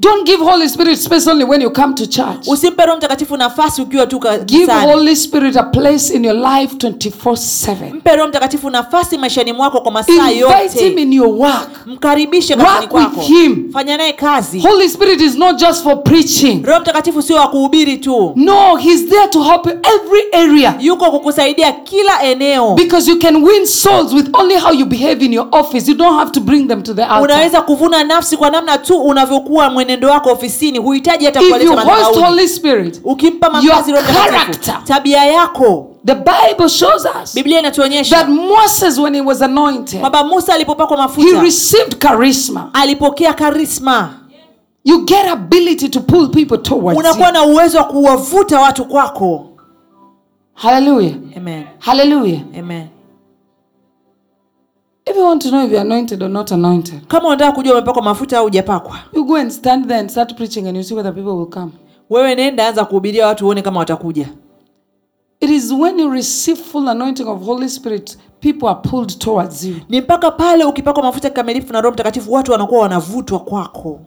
A: Don't give Holy Spirit space only when you come to church.
B: usimpe roho mtakatifu nafasi ukiwa tu
A: Give
B: kanisani
A: Holy Spirit a place in your life 24/7.
B: mpe roho mtakatifu nafasi maishani mwako kwa masaa
A: Invite him
B: yote
A: in your work.
B: mkaribishe
A: Work
B: kazini kwako
A: with him.
B: fanya naye kazi
A: Holy Spirit is not just for preaching.
B: roho mtakatifu sio wa kuhubiri tu
A: No, he's there to help you every area.
B: yuko kukusaidia kila eneo
A: Because you can win souls with only how you behave in your office. You don't have to bring them to the altar.
B: unaweza kuvuna nafsi kwa namna tu unavyokuwa mwenendo wako ofisini huhitaji hata
A: If you
B: kuwaleta
A: host
B: madhabahuni.
A: Holy Spirit,
B: ukimpa
A: your
B: makazi Roho Mtakatifu,
A: character.
B: tabia yako
A: the Bible shows us
B: biblia inatuonyesha
A: that Moses, when he was anointed,
B: kwamba musa alipopakwa
A: he
B: mafuta
A: received charisma.
B: alipokea karisma
A: You get ability to pull people towards
B: unakuwa
A: you.
B: na uwezo wa kuwavuta watu kwako
A: Hallelujah.
B: amen
A: Hallelujah.
B: amen
A: If you want to know if you're anointed or not anointed,
B: kama unataka kujua umepakwa mafuta au hujapakwa
A: you go and stand there and start preaching and you see whether people will come.
B: wewe nenda anza kuhubiria watu uone kama watakuja
A: It is when you receive full anointing of Holy Spirit, people are pulled towards you.
B: ni mpaka pale ukipakwa mafuta kikamilifu na roho mtakatifu watu wanakuwa wanavutwa kwako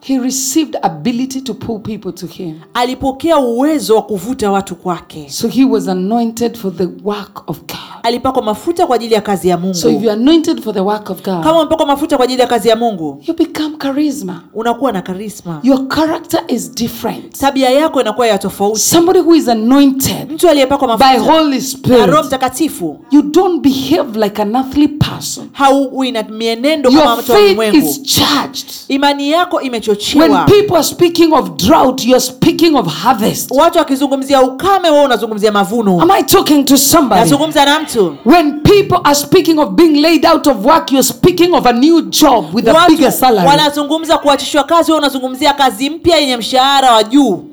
A: He received ability to pull people to him.
B: alipokea uwezo wa kuvuta watu kwake
A: So he was anointed for the work of God.
B: alipakwa mafuta kwa ajili ya kazi ya mungu
A: So if you're anointed for the work of God,
B: kama umepakwa mafuta kwa ajili ya kazi ya mungu
A: you become charisma.
B: unakuwa na karisma
A: Your character is different.
B: tabia yako inakuwa ya tofauti
A: Somebody who is anointed
B: mtu aliyepakwa
A: by
B: mafuta
A: Holy
B: na roho
A: Spirit,
B: mtakatifu
A: you don't behave like an earthly person.
B: hauwi na mienendo kama
A: Your
B: mtu wa
A: faith
B: ulimwengu
A: is charged.
B: imani yako
A: When
B: imechochewa
A: people are speaking of drought, you're speaking of harvest.
B: watu wakizungumzia ukame wewe unazungumzia mavuno
A: Am I talking to somebody?
B: nazungumza na mtu
A: When people are speaking of being laid out of work, you're speaking of a new job with a bigger
B: watu
A: salary.
B: wanazungumza kuachishwa kazi wewe unazungumzia kazi mpya yenye mshahara wa juu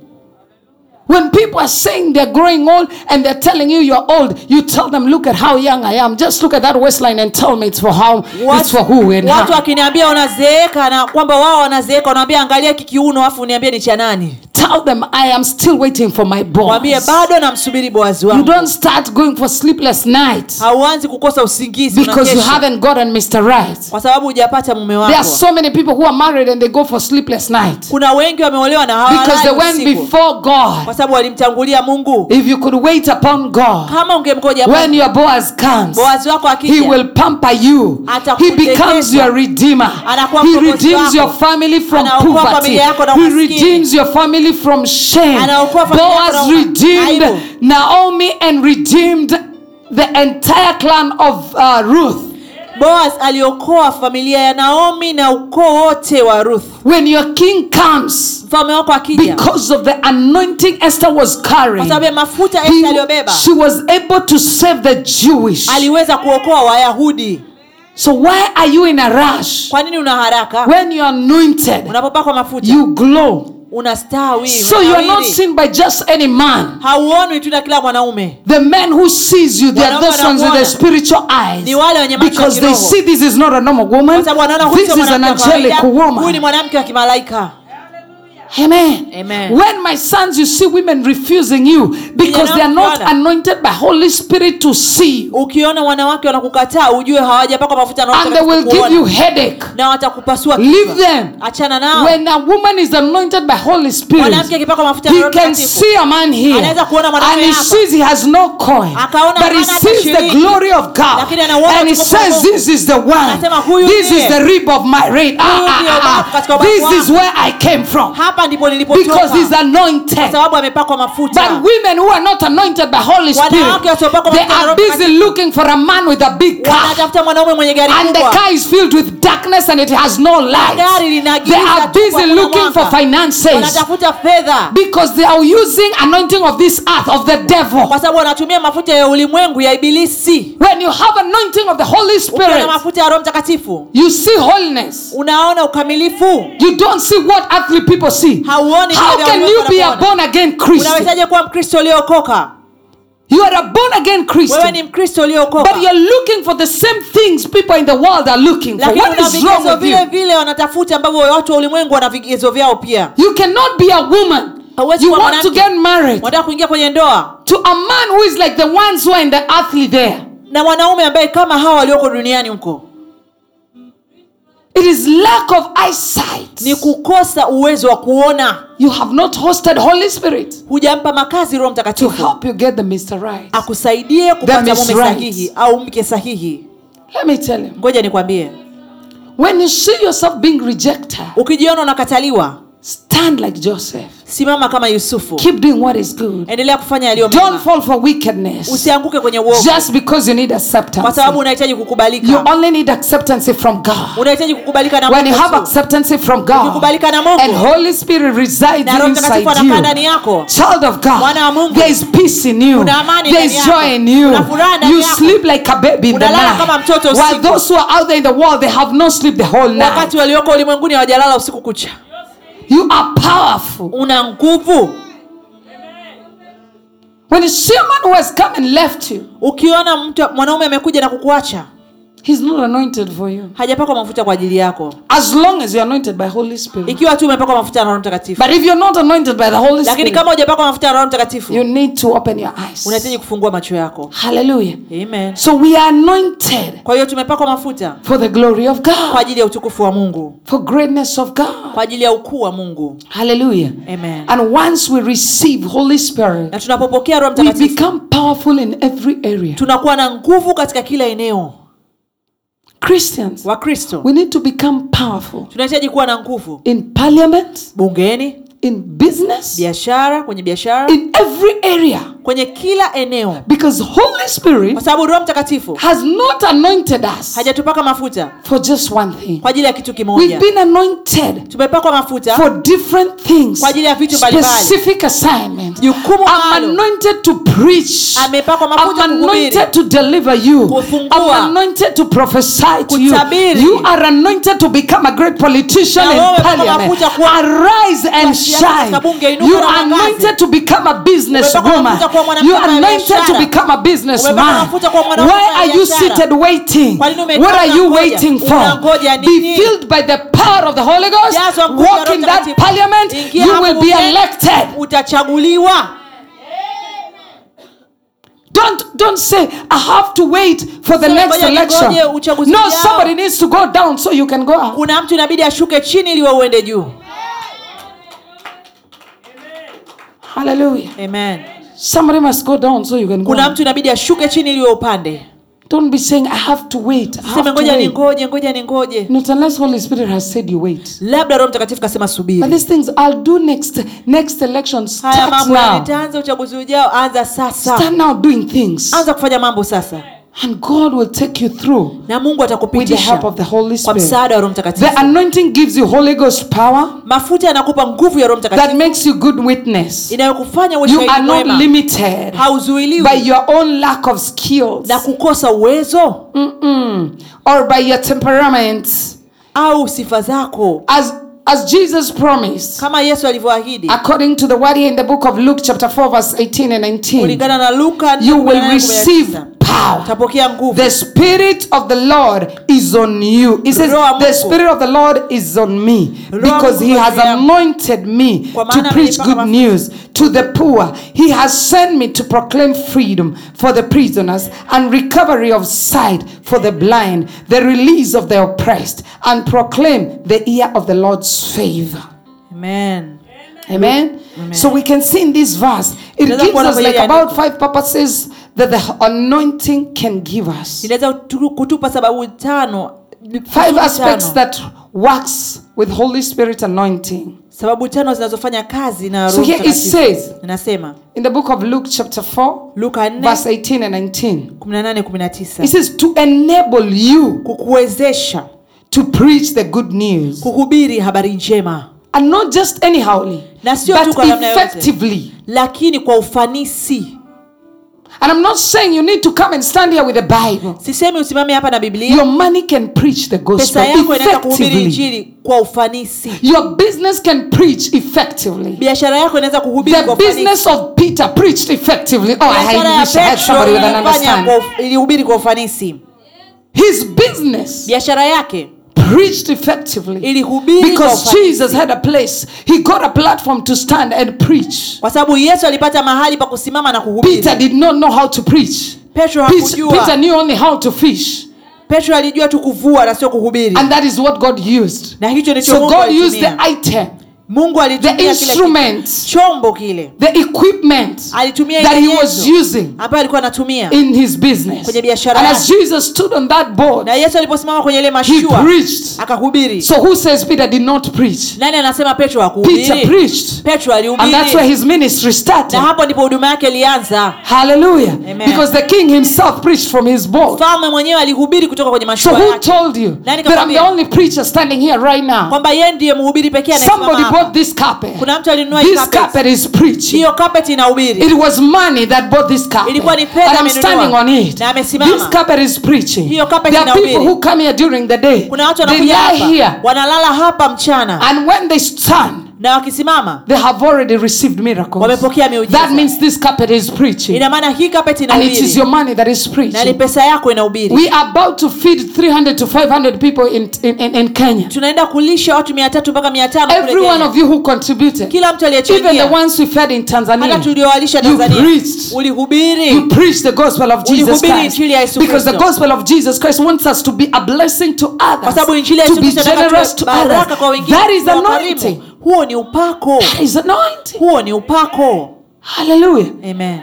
A: When people are saying they're growing old and they're telling you you're old, you tell them, "Look at how young I am. Just look at that waistline and tell me it's for how, it's for who and
B: watu, watu
A: how."
B: wakiniambia wanazeeka na kwamba wao wanazeeka wanaambia angalia kikiuno afu uniambie ni cha nani
A: Tell them I am still waiting for my
B: mwambie
A: boss.
B: bado namsubiri boazi
A: You
B: wangu
A: don't start going for sleepless nights
B: hauanzi kukosa usingizi
A: because you
B: unakesha.
A: haven't gotten Mr. Right.
B: kwa sababu hujapata mume
A: There are
B: wako
A: so many people who are married and they go for sleepless night
B: kuna wengi wameolewa na
A: because they went
B: hawalali usiku
A: before God.
B: kwa sababu walimtangulia mungu
A: If you could wait upon God,
B: kama ungemgoja
A: when your Boaz comes,
B: boazi wako
A: He
B: akija
A: will pamper you. He
B: Atakutekeza.
A: becomes your redeemer.
B: Anakuwa
A: He
B: mkombozi
A: redeems
B: wako.
A: your family from
B: Anaokoa
A: poverty.
B: familia yako na
A: He
B: umaskini.
A: redeems your family from shame.
B: Anaokoa familia yako na
A: Boaz
B: uma- Aibu.
A: redeemed Naomi and redeemed the entire clan of uh, Ruth.
B: boaz aliokoa familia ya naomi na ukoo wote wa ruth
A: When your king comes,
B: mfalme wako akija kwa
A: because of the anointing Esther was carrying.
B: sababu ya mafuta
A: He-
B: Yesu aliyobeba
A: she was able to save the Jewish.
B: aliweza kuokoa wayahudi
A: So why are you in a rush?
B: kwa nini una haraka
A: When you're anointed,
B: unapopakwa mafuta
A: you glow.
B: unastawi
A: So you are not
B: unawiri.
A: seen by just any man.
B: hauonwi tu na kila mwanaume
A: The men who sees you, they are
B: Wanaume
A: those ones with the
B: wanakuona.
A: spiritual eyes.
B: Ni wale wenye macho ya
A: Because they
B: kiroho.
A: see this is not a normal woman.
B: kwa sababu wanaona huyu
A: This
B: sio
A: is an
B: mwanamke wa kawaida,
A: angelic
B: huyu ni
A: woman.
B: mwanamke wa kimalaika
A: Amen.
B: Amen.
A: When my sons, you see women refusing you because they are not
B: Ninapoona-
A: anointed by Holy Spirit to see, you.
B: ukiona wanawake wanakukataa ujue hawajapakwa mafuta na wote
A: and they will give
B: watakuona.
A: you headache.
B: na watakupasua
A: Leave
B: kichwa.
A: them.
B: achana nao
A: When a woman is anointed by Holy Spirit,
B: mwanamke akipakwa mafuta
A: he
B: ya Roho
A: can
B: Mtakatifu,
A: see a man here,
B: Anaweza kuona mwanaume
A: and he
B: hapa.
A: sees he has no coin,
B: Akaona
A: but he
B: hana hata
A: sees the
B: shilingi.
A: glory of God,
B: Lakini anauona
A: and he
B: utukufu wa
A: says,
B: Mungu.
A: "This is the one.
B: Anasema, "Huyu
A: This
B: ndiye.
A: is the rib of my reign. Ah,
B: Huyu
A: ah,
B: ndiye
A: ah,
B: wafu katika
A: ah.
B: wafu
A: This is
B: wangu."
A: where I came from,
B: hapa ndipo
A: because he's
B: nilipotoka kwa
A: anointed."
B: sababu amepakwa mafuta
A: But women who are not anointed by Holy Spirit,
B: Wanawake wasiopakwa
A: they
B: mafuta na
A: are
B: Roho
A: busy
B: Mtakatifu.
A: looking for a man with a big car.
B: wanatafuta mwanaume mwenye gari
A: And the
B: kubwa
A: car is filled with darkness and it has no light.
B: Gari lina
A: They
B: giza
A: are
B: tu kwa
A: busy
B: kuna
A: looking for
B: mwanga.
A: finances
B: wanatafuta fedha
A: because they are using anointing of this earth, of the devil.
B: kwa sababu wanatumia mafuta ya ulimwengu ya ibilisi
A: When you have anointing of the Holy
B: ukiwa na
A: Spirit,
B: mafuta ya roho mtakatifu
A: you see holiness.
B: unaona ukamilifu
A: You don't see what earthly people see.
B: hauoni
A: How
B: vile
A: can
B: ambavyo
A: you be a
B: wanapoona.
A: born again Christian?
B: unawezaje kuwa mkristo uliokoka
A: You are a born again
B: wewe
A: Christian.
B: ni mkristo
A: But
B: uliokoka
A: you're looking for the same things people in the world are looking for.
B: lakini
A: What
B: una
A: is wrong
B: vigezo
A: with
B: vile
A: you?
B: vile wanatafuta ambavyo watu wa ulimwengu wana vigezo vyao pia
A: You cannot be a woman.
B: Hauwezi
A: You
B: kuwa
A: want to
B: mwanamke.
A: get married
B: wanataka kuingia kwenye ndoa
A: to a man who is like the ones who are in the earthly there.
B: na mwanaume ambaye kama hawa walioko duniani huko
A: It is lack of eyesight.
B: ni kukosa uwezo wa kuona
A: You have not hosted Holy Spirit
B: hujampa makazi roho
A: to
B: mtakatifu
A: help you get the Mr. Right.
B: akusaidie kupata
A: That is
B: mume
A: right.
B: sahihi au mke sahihi
A: Let me tell you.
B: ngoja nikwambie
A: When you see yourself being rejected,
B: ukijiona unakataliwa
A: stand like Joseph.
B: simama kama yusufu
A: Keep doing what is good.
B: endelea kufanya yaliyo
A: Don't
B: mema
A: fall for wickedness
B: usianguke kwenye uovu
A: just because you need
B: kwa
A: acceptance.
B: sababu unahitaji
A: You
B: kukubalika
A: only need acceptance from God.
B: unahitaji kukubalika na
A: When you
B: Mungu
A: have
B: tu.
A: acceptance from God
B: Ukikubalika na Mungu.
A: and Holy Spirit resides
B: na roho mtakatifu
A: inside
B: anakaa ndani
A: you,
B: yako
A: child of
B: Mwana wa
A: God,
B: Mungu.
A: there is peace in you,
B: Kuna amani
A: there is
B: ndani
A: joy
B: yako.
A: in you.
B: Kuna furaha ndani
A: You
B: yako.
A: sleep like a baby in the
B: Unalala kama
A: night.
B: mtoto
A: While
B: usiku.
A: those who are out there in the world, they have not sleep the whole night.
B: wakati walioko ulimwenguni hawajalala usiku kucha
A: You are powerful.
B: una nguvu
A: When you see a man who has come and left you,
B: ukiona mtu mwanaume amekuja na kukuacha
A: he's not anointed for you.
B: hajapakwa mafuta kwa ajili yako
A: As long as you're anointed by Holy Spirit.
B: ikiwa tu umepakwa mafuta na roho mtakatifu
A: But if you're not anointed by the Holy
B: lakini
A: Spirit,
B: kama hujapakwa mafuta na roho
A: you
B: mtakatifu
A: need to open your eyes.
B: unahitaji kufungua macho yako
A: Hallelujah.
B: amen
A: So we are anointed
B: kwa hiyo tumepakwa mafuta
A: for the glory of
B: kwa
A: God,
B: ajili ya utukufu wa mungu
A: for greatness of God.
B: kwa ajili ya ukuu wa mungu
A: Hallelujah.
B: amen
A: And once we receive Holy Spirit,
B: na tunapopokea roho
A: we
B: mtakatifu
A: become powerful in every area.
B: tunakuwa na nguvu katika kila eneo
A: Christians,
B: wakristo
A: we need to become powerful
B: tunahitaji kuwa na nguvu
A: in parliament,
B: bungeni
A: in business,
B: biashara kwenye biashara
A: in every area.
B: kwenye kila eneo
A: Because Holy Spirit
B: kwa sababu roho mtakatifu
A: has not anointed us
B: hajatupaka mafuta
A: for just one thing.
B: kwa ajili ya kitu
A: We've
B: kimoja
A: been anointed
B: tumepakwa mafuta
A: for different things,
B: Kwa ajili ya vitu mbalimbali.
A: specific assignment.
B: jukumu
A: I'm
B: maalum
A: anointed to preach.
B: amepakwa mafuta
A: I'm
B: kuhubiri
A: anointed to deliver you.
B: Kufungua.
A: I'm anointed to prophesy to you.
B: Kutabiri.
A: You are anointed to become a great politician
B: Na
A: in
B: wewe kama
A: parliament.
B: mafuta kuwa-
A: Arise and
B: Kwa siasa
A: shine.
B: katika bunge, inuka
A: You
B: na
A: are
B: mwangaze.
A: anointed to become a business
B: Umepakwa
A: woman.
B: mafuta kuwa mwanamke
A: You are
B: wa
A: anointed to
B: biashara.
A: become a businessman.
B: Umepakwa mafuta kuwa mwanamke
A: Why
B: wa
A: are you
B: biashara.
A: seated waiting?
B: Kwa nini umekaa
A: What are you
B: unangoja?
A: waiting for?
B: Unangoja
A: Be
B: nini?
A: filled by the power of the Holy Ghost.
B: Jazwa nguvu ya
A: Walk
B: Roho
A: in that
B: Mtakatifu.
A: parliament.
B: Ingia
A: You
B: hapo
A: will be
B: bungeni.
A: elected.
B: utachaguliwa
A: Don't don't say I have to wait for the
B: Sema,
A: next
B: "Ngoja ningoje
A: election.
B: uchaguzi
A: No,
B: ujao."
A: somebody needs to go down so you can go up.
B: kuna mtu inabidi ashuke chini ili wewe uende juu
A: Hallelujah.
B: amen
A: Somebody must go down so you can go
B: kuna
A: up.
B: mtu inabidi ashuke chini ili wewe upande
A: Don't be saying I have to wait. I
B: seme
A: have to
B: ngoja
A: wait.
B: ningoje ngoja ningoje
A: Not unless Holy Spirit has said you wait.
B: labda roho mtakatifu kasema
A: But
B: subiri
A: these things I'll do next next election.
B: haya
A: Start
B: mambo ya
A: now.
B: nitaanza uchaguzi ujao anza sasa
A: Start now doing things.
B: anza kufanya mambo sasa
A: And God will take you through
B: na mungu
A: with the help
B: atakupitisha
A: of the Holy
B: kwa
A: Spirit.
B: msaada wa roho
A: The
B: mtakatifu
A: anointing gives you Holy Ghost power
B: mafuta yanakupa nguvu ya roho mtakatifu
A: that makes you good witness.
B: inayokufanya uwe
A: You
B: shahidi
A: are not
B: mwema.
A: limited. by
B: hauzuiliwi
A: your own lack of skills
B: na kukosa uwezo
A: Mm-mm. or by your temperament
B: au sifa zako
A: as as jesus promised
B: kama yesu alivyoahidi
A: according to the word here in the book of luke chapter 4 verse 18 and 19
B: kulingana na luka
A: you will
B: 18:19.
A: receive power.
B: utapokea nguvu
A: The Spirit of the Lord is on you. He says,
B: Roho wa
A: The
B: Mungu.
A: Spirit of the Lord is on me
B: Roho wa
A: because He
B: Mungu
A: has
B: juu yangu.
A: anointed me
B: Kwa
A: to
B: maana
A: preach
B: amenipaka
A: good
B: mafuta.
A: news to the poor. He has sent me to proclaim freedom for the prisoners and recovery of sight for the blind, the release of the oppressed, and proclaim the year of the Lord's favor.
B: Amen.
A: Amen. So we can see in this verse, it
B: Tunaweza
A: gives
B: kuona
A: us
B: kwenye
A: like
B: hili
A: about
B: andiko.
A: five purposes that the anointing can give us.
B: inaweza kutu- kutupa sababu tano
A: Five
B: kusudi
A: aspects
B: tano.
A: that works with Holy Spirit anointing.
B: sababu tano zinazofanya kazi na
A: So
B: Roho
A: here it
B: Mtakatifu.
A: says
B: inasema
A: in the book of Luke chapter 4
B: luka 4
A: verse 18 and 19.
B: 18
A: It
B: 19
A: says to enable you
B: kukuwezesha
A: to preach the good news
B: kuhubiri habari njema
A: and not just anyhowly
B: Na sio tu
A: but
B: kwa namna yoyote.
A: effectively.
B: lakini kwa ufanisi
A: And I'm not saying you need to come and stand here with a Bible.
B: sisemi usimame hapa na biblia
A: Your money can preach the gospel
B: pesa yako inaweza kuhubiri
A: effectively.
B: injili kwa ufanisi
A: Your business can preach effectively.
B: biashara yako inaweza kuhubiri kwa
A: The
B: ufanisi
A: business of Peter preached effectively. Oh,
B: biashara
A: I
B: ya
A: wish I had
B: petro
A: somebody with an
B: ilifanya
A: understanding.
B: kwa- ilihubiri kwa ufanisi
A: His business
B: biashara yake
A: preached effectively
B: ilihubiri kwa
A: because
B: ufanisi
A: Jesus had a place. He got a platform to stand and preach.
B: kwa sababu yesu alipata mahali pa kusimama na kuhubiri
A: Peter did not know how to preach.
B: petro
A: Peter, Peter
B: hakujua
A: knew only how to fish,
B: petro alijua tu kuvua na sio kuhubiri
A: and that is what God used.
B: na hicho ndicho
A: So
B: mungu
A: God used the
B: alitumia
A: item,
B: mungu
A: the
B: alitumia kile
A: instrument,
B: chombo kile
A: the equipment
B: alitumia
A: that
B: ile
A: he
B: nyenzo
A: was using
B: ambayo alikuwa anatumia
A: in his business.
B: Kwenye
A: And
B: biashara
A: as Jesus stood on that board,
B: na yesu aliposimama kwenye ile
A: he
B: mashua
A: preached.
B: akahubiri
A: So who says Peter did not preach?
B: nani anasema petro
A: Peter
B: hakuhubiri
A: preached.
B: petro
A: And that's where
B: alihubiri
A: his ministry started.
B: na hapo ndipo huduma yake ilianza
A: Hallelujah.
B: Amen.
A: Because the king himself preached from his boat.
B: mfalme mwenyewe alihubiri kutoka kwenye
A: So
B: mashua
A: who
B: yake
A: told you
B: Nani
A: that I'm the
B: kakwambia?
A: only preacher standing here right now?
B: kwamba yeye ndiye mhubiri pekee anayesimama
A: Somebody
B: hapa.
A: bought this carpet.
B: kuna mtu alinunua hii
A: This
B: carpet.
A: carpet is preaching.
B: hiyo carpet inahubiri
A: It was money that bought this carpet.
B: Ilikuwa ni
A: And
B: fedha
A: I'm
B: amenunua.
A: standing on it.
B: Na amesimama.
A: This carpet is preaching. There
B: Hiyo carpet
A: are
B: inahubiri.
A: people who come here during the day.
B: kuna watu
A: They lie
B: wanakuja hapa
A: here.
B: wanalala hapa mchana
A: And when they stand,
B: na wakisimama
A: they have already received miracles.
B: Wamepokea miujiza.
A: That means this carpet is preaching.
B: ina maana hii carpet
A: And it is
B: inahubiri
A: your money that is
B: na ni
A: preaching.
B: pesa yako inahubiri
A: We are about to feed 300 to 500 people in, in, in, in Kenya.
B: tunaenda kulisha watu mia tatu mpaka mia tano kule
A: Every one
B: Kenya.
A: of you who contributed,
B: kila mtu
A: even the
B: aliyechangia
A: ones we fed in
B: hata
A: Tanzania,
B: tuliowalisha
A: You
B: tanzania
A: preached. you
B: ulihubiri
A: preach the gospel of Jesus
B: Ulihubiri
A: Christ.
B: injili ya Yesu
A: Because the
B: Kristo.
A: gospel of Jesus Christ wants us to be a blessing to
B: kwa
A: others,
B: sababu injili ya
A: to
B: yesu
A: be
B: kristo inataka
A: generous
B: tuwe
A: to
B: baraka
A: others.
B: kwa wengine
A: That is
B: tuwe wakarimu.
A: anointing.
B: huo ni upako
A: That is anointing.
B: huo ni upako
A: Hallelujah.
B: amen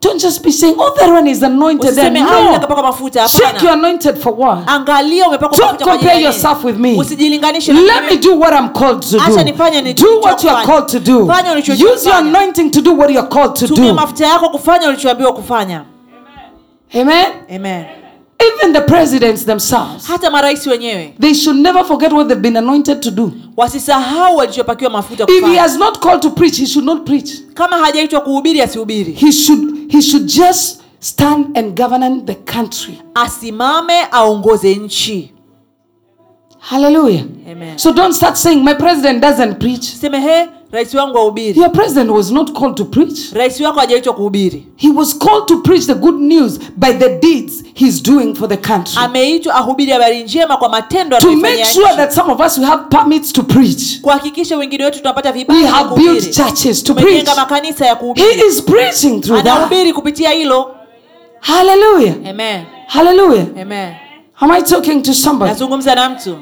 A: Don't just be saying, oh, that one is anointed. Then,
B: usiseme "Ah,
A: no.
B: nimepakwa mafuta
A: Check you're
B: hapana
A: anointed for what?
B: angalia umepakwa
A: Don't
B: mafuta kwa ajili
A: compare
B: ya
A: yourself with me.
B: nini usijilinganishe na
A: Let
B: mimi.
A: me do what I'm called to
B: Acha nifanye
A: do.
B: ni-
A: Do what you are
B: nilichofanya.
A: called to do.
B: Fanya ulichojipa
A: Use your
B: kufanya.
A: anointing to do what you are called to
B: tumia
A: do.
B: mafuta yako kufanya ulichoambiwa kufanya
A: Amen.
B: amen
A: Even the presidents themselves,
B: hata marais wenyewe
A: they should never forget what they've been anointed to do.
B: wasisahau walichopakiwa mafuta
A: If he
B: kufanya
A: has not called to preach, he should not preach.
B: kama hajaitwa kuhubiri asihubiri
A: He should he should just stand and govern the country.
B: asimame aongoze nchi
A: Hallelujah.
B: amen
A: So don't start saying my president doesn't preach.
B: seme he rais wangu ahubiri
A: Your president was not called to preach.
B: rais wako hajaitwa kuhubiri
A: He was called to preach the good news by the deeds he's doing for the country.
B: ameitwa ahubiri habari njema kwa matendo
A: to
B: anayoifanya
A: make
B: nchi.
A: sure that some of us we have permits to preach.
B: kuhakikisha wengine wetu tunapata
A: We
B: vibali vya
A: have built
B: kuhubiri
A: churches to preach.
B: tumejenga makanisa ya
A: He
B: kuhubiri
A: is preaching through that.
B: anahubiri kupitia hilo
A: Hallelujah.
B: amen
A: Hallelujah.
B: amen
A: Am I talking to somebody?
B: nazungumza na mtu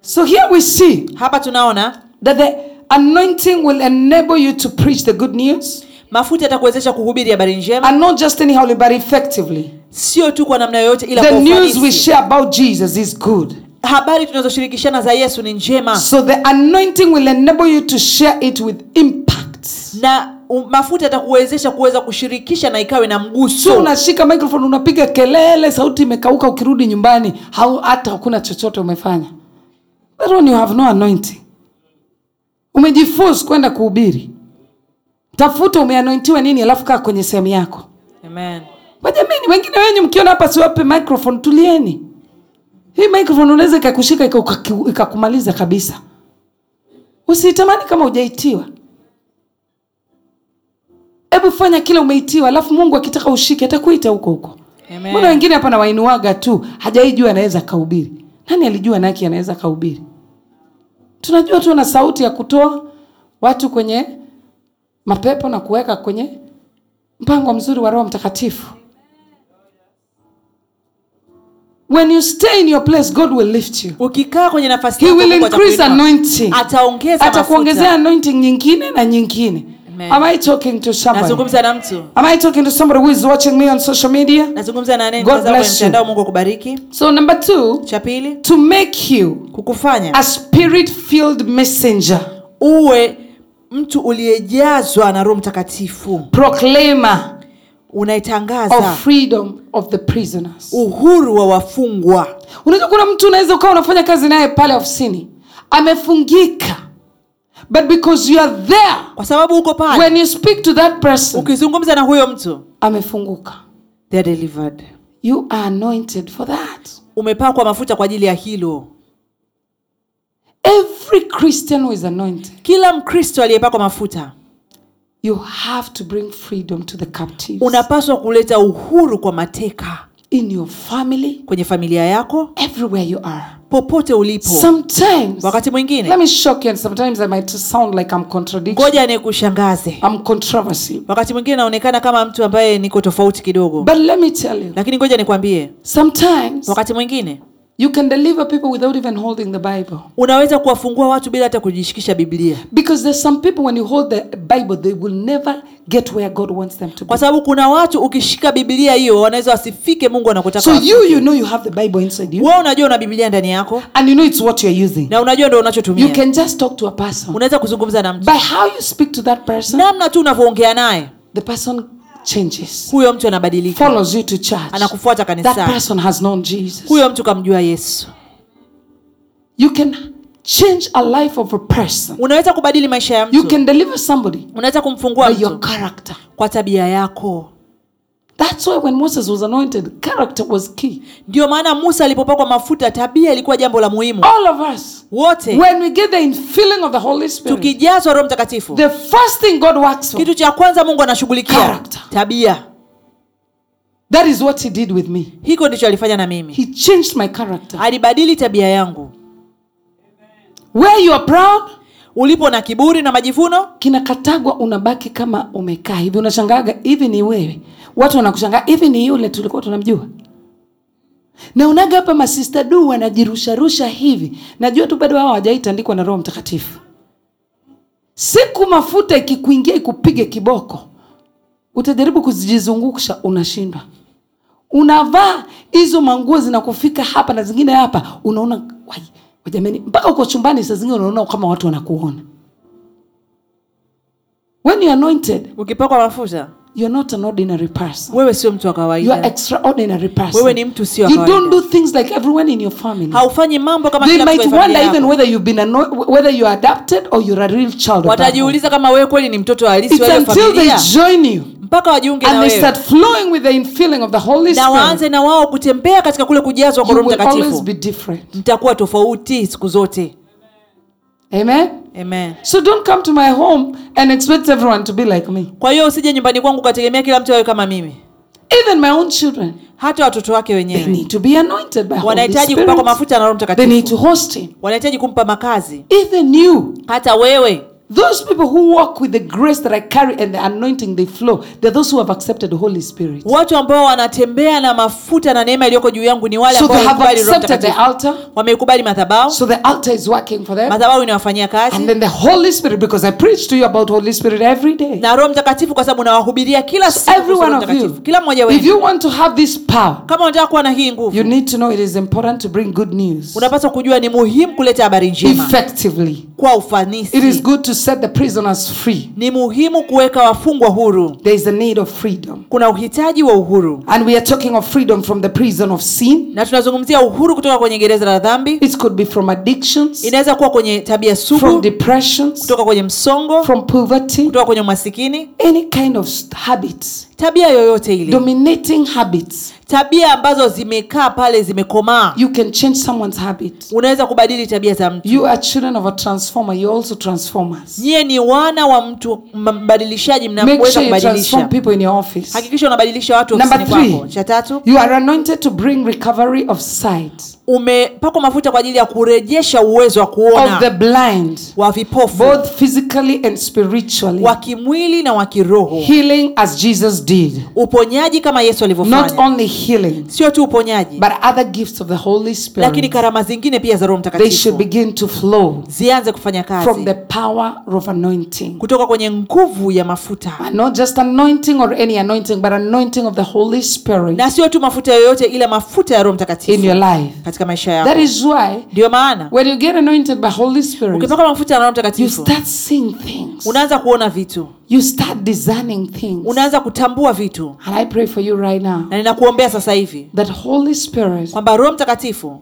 A: So here we see
B: hapa tunaona
A: that the anointing will enable you to preach the good news
B: mafuta yatakuwezesha kuhubiri habari njema
A: and not just anyhow but effectively.
B: sio tu kwa namna yoyote ila
A: The
B: kwa
A: news we
B: ufanisi
A: share about Jesus is good.
B: habari tunazoshirikishana za yesu ni njema
A: So the anointing will enable you to share it with impact.
B: na um, mafuta yatakuwezesha kuweza kushirikisha na ikawe na
A: so
B: mguso
A: unashika microphone unapiga kelele sauti imekauka ukirudi nyumbani hau- hata hakuna chochote umefanya That one you have no anointing umejiforce kwenda kuhubiri tafuta umeanointiwa nini alafu kaa kwenye sehemu yako
B: amen
A: wajamini wengine wenyu mkiona hapa siwape microphone tulieni hii microphone unaweza ikakushika ika- ukaki- ikakumaliza kabisa usiitamani kama ujaitiwa hebu fanya kile umeitiwa alafu mungu akitaka ushike atakuita huko huko
B: Amen.
A: mbona wengine hapa nawainuaga tu hajaijua anaweza kahubiri nani alijua naki anaweza kahubiri tunajua tu na sauti ya kutoa watu kwenye mapepo na kuweka kwenye mpango mzuri wa roho mtakatifu when you stay in your place god will lift you
B: ukikaa kwenye nafasi
A: he
B: yako,
A: will
B: Mungu
A: increase
B: atakuinua.
A: anointing
B: ataongeza
A: atakuongezea
B: mafuta.
A: anointing nyingine na nyingine
B: Amen.
A: am i talking to somebody
B: nazungumza na mtu
A: am i talking to somebody who is watching me on social media
B: nazungumza na nani
A: God
B: mtazamo
A: bless
B: ya
A: you.
B: mtandao mungu akubariki
A: so number two
B: cha pili
A: to make you
B: kukufanya
A: a spirit filled messenger
B: uwe mtu uliyejazwa na roho mtakatifu
A: proclaimer
B: unaitangaza
A: of freedom of the prisoners
B: uhuru wa wafungwa
A: unajua kuna mtu unaweza ukawa unafanya kazi naye pale ofisini amefungika but because you are there
B: kwa sababu uko pale
A: when you speak to that person
B: ukizungumza na huyo mtu
A: amefunguka
B: they are delivered
A: you are anointed for that
B: umepakwa mafuta kwa ajili ya hilo
A: every christian who is anointed
B: kila mkristo aliyepakwa mafuta
A: you have to bring freedom to the captives
B: unapaswa kuleta uhuru kwa mateka
A: in your family
B: kwenye familia yako
A: everywhere you are
B: popote ulipo
A: sometimes
B: wakati
A: let
B: mwingine
A: me shock you and sometimes i might sound like i'm contradicting
B: ngoja nikushangaze
A: i'm controversial
B: wakati mwingine naonekana kama mtu ambaye niko tofauti kidogo
A: but let me tell you
B: lakini ngoja nikwambie
A: sometimes
B: wakati mwingine
A: you can deliver people without even holding the bible
B: unaweza kuwafungua watu bila hata kujishikisha biblia
A: Because there's some people when you hold the Bible, they will never get where God wants them to be.
B: kwa sababu kuna watu ukishika biblia hiyo wanaweza wasifike mungu anakotaka
A: So
B: wafike.
A: you you know you have the Bible inside you
B: wewe unajua una biblia ndani yako
A: and you know it's what you're using.
B: na unajua ndo
A: You
B: unachotumia
A: can just talk to a person.
B: unaweza kuzungumza na mtu
A: By how you speak to that person,
B: namna tu unavyoongea naye
A: the person changes.
B: huyo mtu anabadilika
A: Follows you to church.
B: anakufuata
A: That
B: kanisani
A: person has known Jesus.
B: huyo mtu kamjua yesu
A: You can change a life of a person.
B: unaweza kubadili maisha ya
A: You
B: mtu
A: can deliver somebody
B: unaweza kumfungua
A: by your
B: mtu
A: character.
B: kwa tabia yako
A: That's why when Moses was anointed, character was key.
B: ndiyo maana musa alipopakwa mafuta tabia ilikuwa jambo la muhimu
A: All of us,
B: wote
A: when we get the infilling of the Holy Spirit,
B: tukijazwa roho mtakatifu
A: The first thing God works for,
B: kitu cha kwanza mungu anashughulikia
A: Character.
B: tabia
A: that is what He did with me.
B: hiko ndicho alifanya na mimi
A: He changed my character.
B: alibadili tabia yangu
A: Where you are proud,
B: ulipo na kiburi na majivuno
A: kinakatagwa unabaki kama umekaa hivi, unashangaga hivi ni wewe. Watu wanakushangaa hivi ni yule tulikuwa tunamjua. Naonaga hapa masista du wanajirusharusha hivi, najua tu bado hao hawajaitandikwa na Roho Mtakatifu. Siku mafuta ikikuingia ikupige kiboko, utajaribu kuzijizungusha, unashindwa. unavaa hizo manguo zinakufika hapa na zingine hapa unaona "Wai, wajameni mpaka uko chumbani saa zingine unaona kama watu wanakuona when you are anointed
B: ukipakwa mafuta
A: you are not an ordinary person
B: wewe sio mtu wa
A: you are
B: kawaida
A: extraordinary person
B: Wewe ni mtu sio wa
A: you don't
B: kawaida.
A: do things like everyone in your family
B: haufanyi mambo kama
A: they
B: kila mtu
A: might
B: kwenye
A: wonder
B: familia
A: even
B: yako.
A: whether you've been ano- whether you are adopted or you're a real child of that home.
B: watajiuliza kama wewe kweli ni mtoto halisi
A: it's
B: wa ile
A: until they
B: familia
A: join you
B: mpaka wajiunge na
A: and they
B: wewe
A: start flowing with the infilling of the Holy
B: na
A: Spirit
B: waanze na wao kutembea katika kule kujazwa kwa
A: you
B: roho
A: will always
B: mtakatifu
A: be different
B: mtakuwa tofauti siku zote
A: amen
B: amen
A: So don't come to my home and expect everyone to be like me.
B: kwa hiyo usije nyumbani kwangu ukategemea kila mtu awe kama mimi
A: Even my own children,
B: hata watoto wake
A: they
B: wenyewe
A: need to be anointed by Holy
B: wanahitaji kupakwa
A: Spirit.
B: mafuta na roho
A: They need to
B: mtakatifu
A: host Him.
B: wanahitaji kumpa makazi
A: Even you,
B: hata wewe
A: those people who walk with the grace that I carry and the anointing they flow, they're those who have accepted the Holy Spirit.
B: watu ambao wanatembea na mafuta na neema iliyoko juu yangu ni wale
A: So
B: ambao
A: they have
B: wamekubali roho
A: accepted the
B: mtakatifu
A: altar.
B: wamekubali madhabahu
A: So the altar is working for them.
B: madhabahu inawafanyia
A: And
B: kazi
A: then the Holy Spirit, because I preach to you about Holy Spirit every day.
B: na roho mtakatifu kwa sababu nawahubiria kila siku
A: Every
B: kuhusu
A: one
B: Roho
A: of you,
B: Mtakatifu. kila mmoja
A: if
B: wenu
A: you want to have this power,
B: kama unataka kuwa na hii nguvu
A: you need to know it is important to bring good news
B: unapaswa kujua ni muhimu kuleta habari njema
A: effectively.
B: kwa
A: It is
B: ufanisi
A: good to set the prisoners free.
B: ni muhimu kuweka wafungwa huru
A: There is a need of freedom.
B: kuna uhitaji wa uhuru
A: And we are talking of freedom from the prison of sin.
B: na tunazungumzia uhuru kutoka kwenye gereza la dhambi
A: It could be from addictions,
B: inaweza kuwa kwenye tabia
A: from
B: sugu
A: depressions,
B: kutoka kwenye msongo
A: from poverty,
B: kutoka kwenye umasikini
A: any kind of st- habits,
B: tabia yoyote ile
A: dominating habits.
B: tabia ambazo zimekaa pale zimekomaa
A: You can change someone's habit.
B: unaweza kubadili tabia za mtu
A: You are children of a transformer, you also transform us.
B: nyie ni wana wa mtu mbadilishaji
A: Make
B: mnaweza
A: sure you
B: kubadilisha
A: transform people in your office.
B: hakikisha unabadilisha watu
A: Number
B: ofisini kwako
A: three.
B: cha tatu
A: You are anointed to bring recovery of sight
B: umepakwa mafuta kwa ajili ya kurejesha uwezo wa kuona
A: of the blind,
B: wa vipofu
A: both physically and spiritually.
B: wa kimwili na wa kiroho
A: Healing as Jesus did.
B: uponyaji kama yesu
A: Not
B: alivyofanya
A: only healing,
B: sio tu uponyaji
A: but other gifts of the Holy
B: lakini
A: Spirit.
B: karama zingine pia za roho
A: They should
B: mtakatifu
A: begin to flow
B: zianze kufanya
A: from
B: kazi
A: the power of anointing.
B: kutoka kwenye nguvu ya mafuta
A: And Uh, not just anointing or any anointing, but anointing of the Holy Spirit
B: na sio tu mafuta yoyote ila mafuta ya roho
A: in your
B: mtakatifu
A: life.
B: katika maisha
A: That
B: yako
A: is why
B: ndiyo maana
A: when you get anointed by Holy Spirit,
B: ukipaka mafuta ya roho
A: you
B: mtakatifu
A: start seeing things.
B: unaanza kuona vitu
A: You start discerning things. And
B: unaanza kutambua vitu
A: I pray for you right now
B: na ninakuombea sasa hivi
A: that Holy Spirit
B: kwamba roho mtakatifu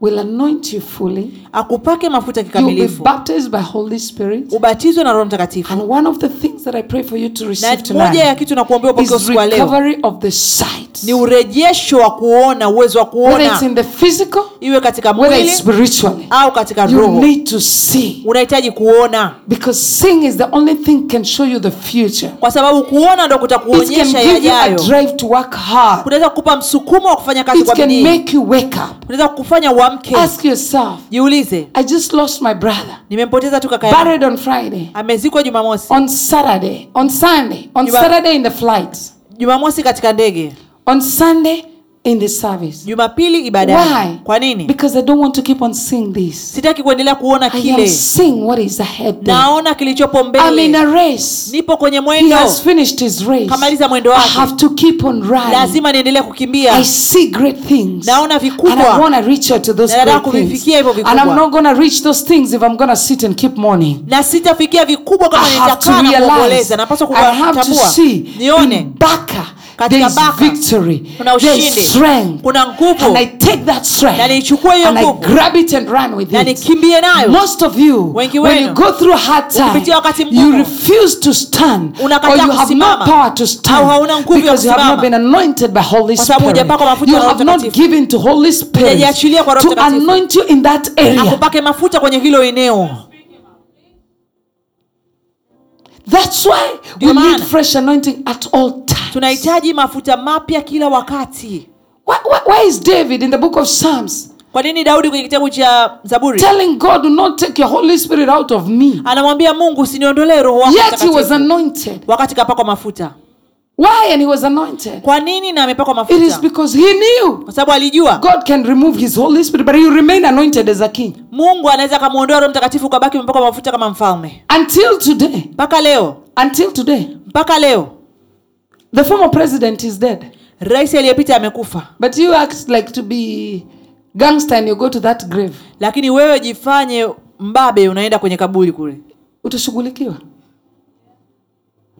A: will anoint you fully.
B: akupake mafuta
A: You will be
B: kikamilifu
A: baptized by Holy Spirit.
B: ubatizwe na roho mtakatifu
A: And one of the things that I pray for you to
B: na
A: receive
B: moja ya
A: tonight
B: kitu nakuombea upokee
A: is
B: usiku wa leo
A: recovery of the sight.
B: ni urejesho wa kuona uwezo wa
A: Whether it's
B: kuona
A: in the physical,
B: iwe katika
A: whether it's
B: mwili
A: spiritually,
B: au katika
A: you
B: roho
A: need to see.
B: unahitaji kuona
A: Because seeing is the only thing can show you the future.
B: kwa sababu kuona ndo
A: It can
B: kutakuonyesha
A: give you a
B: yajayo
A: drive to work hard.
B: kunaweza kukupa msukumo wa kufanya kazi
A: It
B: kwa
A: can
B: bidii
A: make you wake up.
B: kunaweza kukufanya uamke
A: Ask yourself,
B: jiulize
A: I just lost my brother.
B: nimempoteza tu kaka yangu
A: Buried on Friday,
B: amezikwa jumamosi
A: on Saturday, on Sunday, on
B: Jumaa-
A: Saturday in the flight,
B: jumamosi katika ndege
A: on Sunday in the service.
B: jumapili ibadani
A: Why?
B: kwa nini
A: Because I don't want to keep on seeing this.
B: sitaki kuendelea kuona
A: I am
B: kile
A: seeing what is ahead. there.
B: naona kilichopo
A: I'm in
B: mbele
A: a race.
B: nipo kwenye
A: He
B: mwendo
A: has finished his race.
B: kamaliza mwendo
A: I
B: wake
A: have to keep on running.
B: lazima niendelee kukimbia
A: I see great things.
B: naona
A: And I
B: vikubwa
A: want to reach out to those
B: Na nataka
A: great things.
B: kuvifikia hivyo
A: And I'm
B: vikubwa.
A: not going to reach those things if I'm going to sit and keep mourning.
B: na sitafikia vikubwa
A: I
B: kama
A: have to
B: nitakaa na
A: realize.
B: kuomboleza napaswa
A: I have to
B: kutambua
A: see.
B: nione
A: In Baka,
B: Katika
A: there is
B: Baka,
A: victory.
B: kuna
A: There
B: ushindi.
A: is strength.
B: kuna nguvu
A: And I take that strength.
B: Na niichukue hiyo
A: And I
B: nguvu.
A: grab it and run with
B: na
A: it.
B: nikimbie nayo
A: Most of you,
B: Wengi
A: when
B: wenu,
A: you go through hard time,
B: ukipitia wakati mgumu,
A: you refuse to stand or
B: unakataa
A: you have no
B: kusimama,
A: power to stand
B: au hauna nguvu ya
A: because you have not
B: kusimama.
A: been anointed by Holy
B: Kwa sababu
A: Spirit.
B: hujapakwa mafuta
A: You
B: ya Roho
A: have not
B: Mtakatifu.
A: given to Holy Spirit
B: Hujajaachilia kwa Roho
A: to
B: Mtakatifu.
A: anoint you in that area.
B: akupake mafuta kwenye hilo eneo
A: That's why we
B: Ndio
A: need
B: maana.
A: fresh anointing at all times.
B: tunahitaji mafuta mapya kila wakati
A: Why, why, why is David in the book of Psalms
B: kwa nini daudi kwenye kitabu cha zaburi
A: telling God, do not take your Holy Spirit out of me?
B: anamwambia mungu usiniondolee roho wako
A: Yet he was
B: Mtakatifu."
A: anointed.
B: wakati kapakwa mafuta
A: Why? And he was anointed.
B: kwa nini na amepakwa
A: It is
B: mafuta
A: because he knew
B: kwa sababu alijua
A: God can remove his Holy Spirit, but he will remain anointed as a king.
B: mungu anaweza akamwondoa roho mtakatifu ukabaki umepakwa mafuta kama mfalme
A: Until today,
B: mpaka leo
A: until today,
B: mpaka leo
A: the former president is dead.
B: rais aliyepita amekufa
A: But you act like to be gangster and you go to that grave.
B: lakini wewe jifanye mbabe unaenda kwenye kaburi kule
A: Utashughulikiwa.